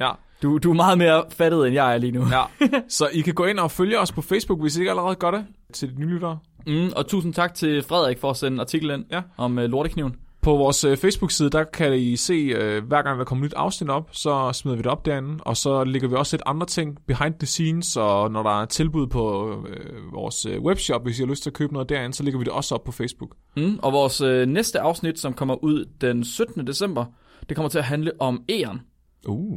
Ja.
Du, du er meget mere fattet, end jeg er lige nu.
Ja, så I kan gå ind og følge os på Facebook, hvis I ikke allerede gør det, til de nye lyttere.
Mm, og tusind tak til Frederik for at sende artiklen ind
Ja.
om øh, lortekniven.
På vores øh, Facebook-side, der kan I se, øh, hver gang der kommer nyt afsnit op, så smider vi det op derinde, og så lægger vi også et andre ting behind the scenes, og når der er tilbud på øh, vores øh, webshop, hvis I har lyst til at købe noget derinde, så lægger vi det også op på Facebook.
Mm, og vores øh, næste afsnit, som kommer ud den 17. december, det kommer til at handle om æren.
Uh.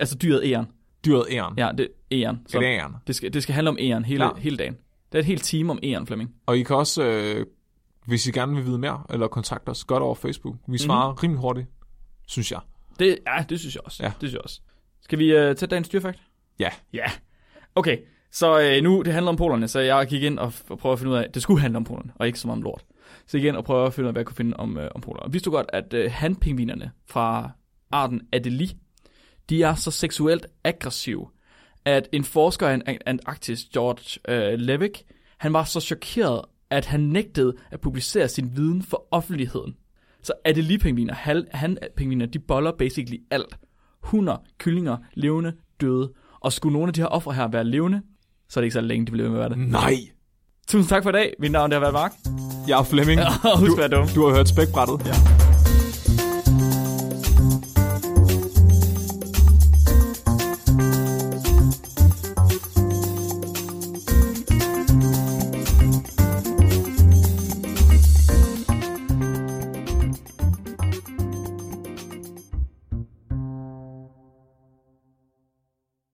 Altså dyret æren.
Dyret æren.
Ja, det er æren.
Et æren.
det, skal, det skal handle om æren hele,
Klar.
hele dagen. Det er et helt time om æren, Flemming.
Og I kan også, øh, hvis I gerne vil vide mere, eller kontakte os godt over Facebook. Vi svarer
Mhm.
mm-hmm. rimelig hurtigt, synes jeg.
Det, ja, det synes jeg også.
Ja.
Det synes jeg også. Skal vi øh, tage dagens dyrfakt?
Ja.
Ja. Okay, så øh, nu, det handler om polerne, så jeg gik ind og, f- og prøvede at finde ud af, det skulle handle om polerne, og ikke så meget om lort. Så jeg gik ind og prøvede at finde ud af, hvad jeg kunne finde om, øh, om polerne. Og vidste du godt, at øh, handpingvinerne fra arten Adelie, de er så seksuelt aggressive, at en forsker i An- Antarktis, George øh, Levick, han var så chokeret, at han nægtede at publicere sin viden for offentligheden. Så Adelie-pingviner, hal- han-pingviner, de boller basically alt. Hunder, kyllinger, levende, døde. Og skulle nogle af de her ofre her være levende, så er det ikke så længe, de bliver ved med at være det.
Nej!
Tusind tak for i dag. Mit navn det har været Mark.
Jeg er Flemming.
Og husk at være dum.
Du har hørt spækbrættet. Ja.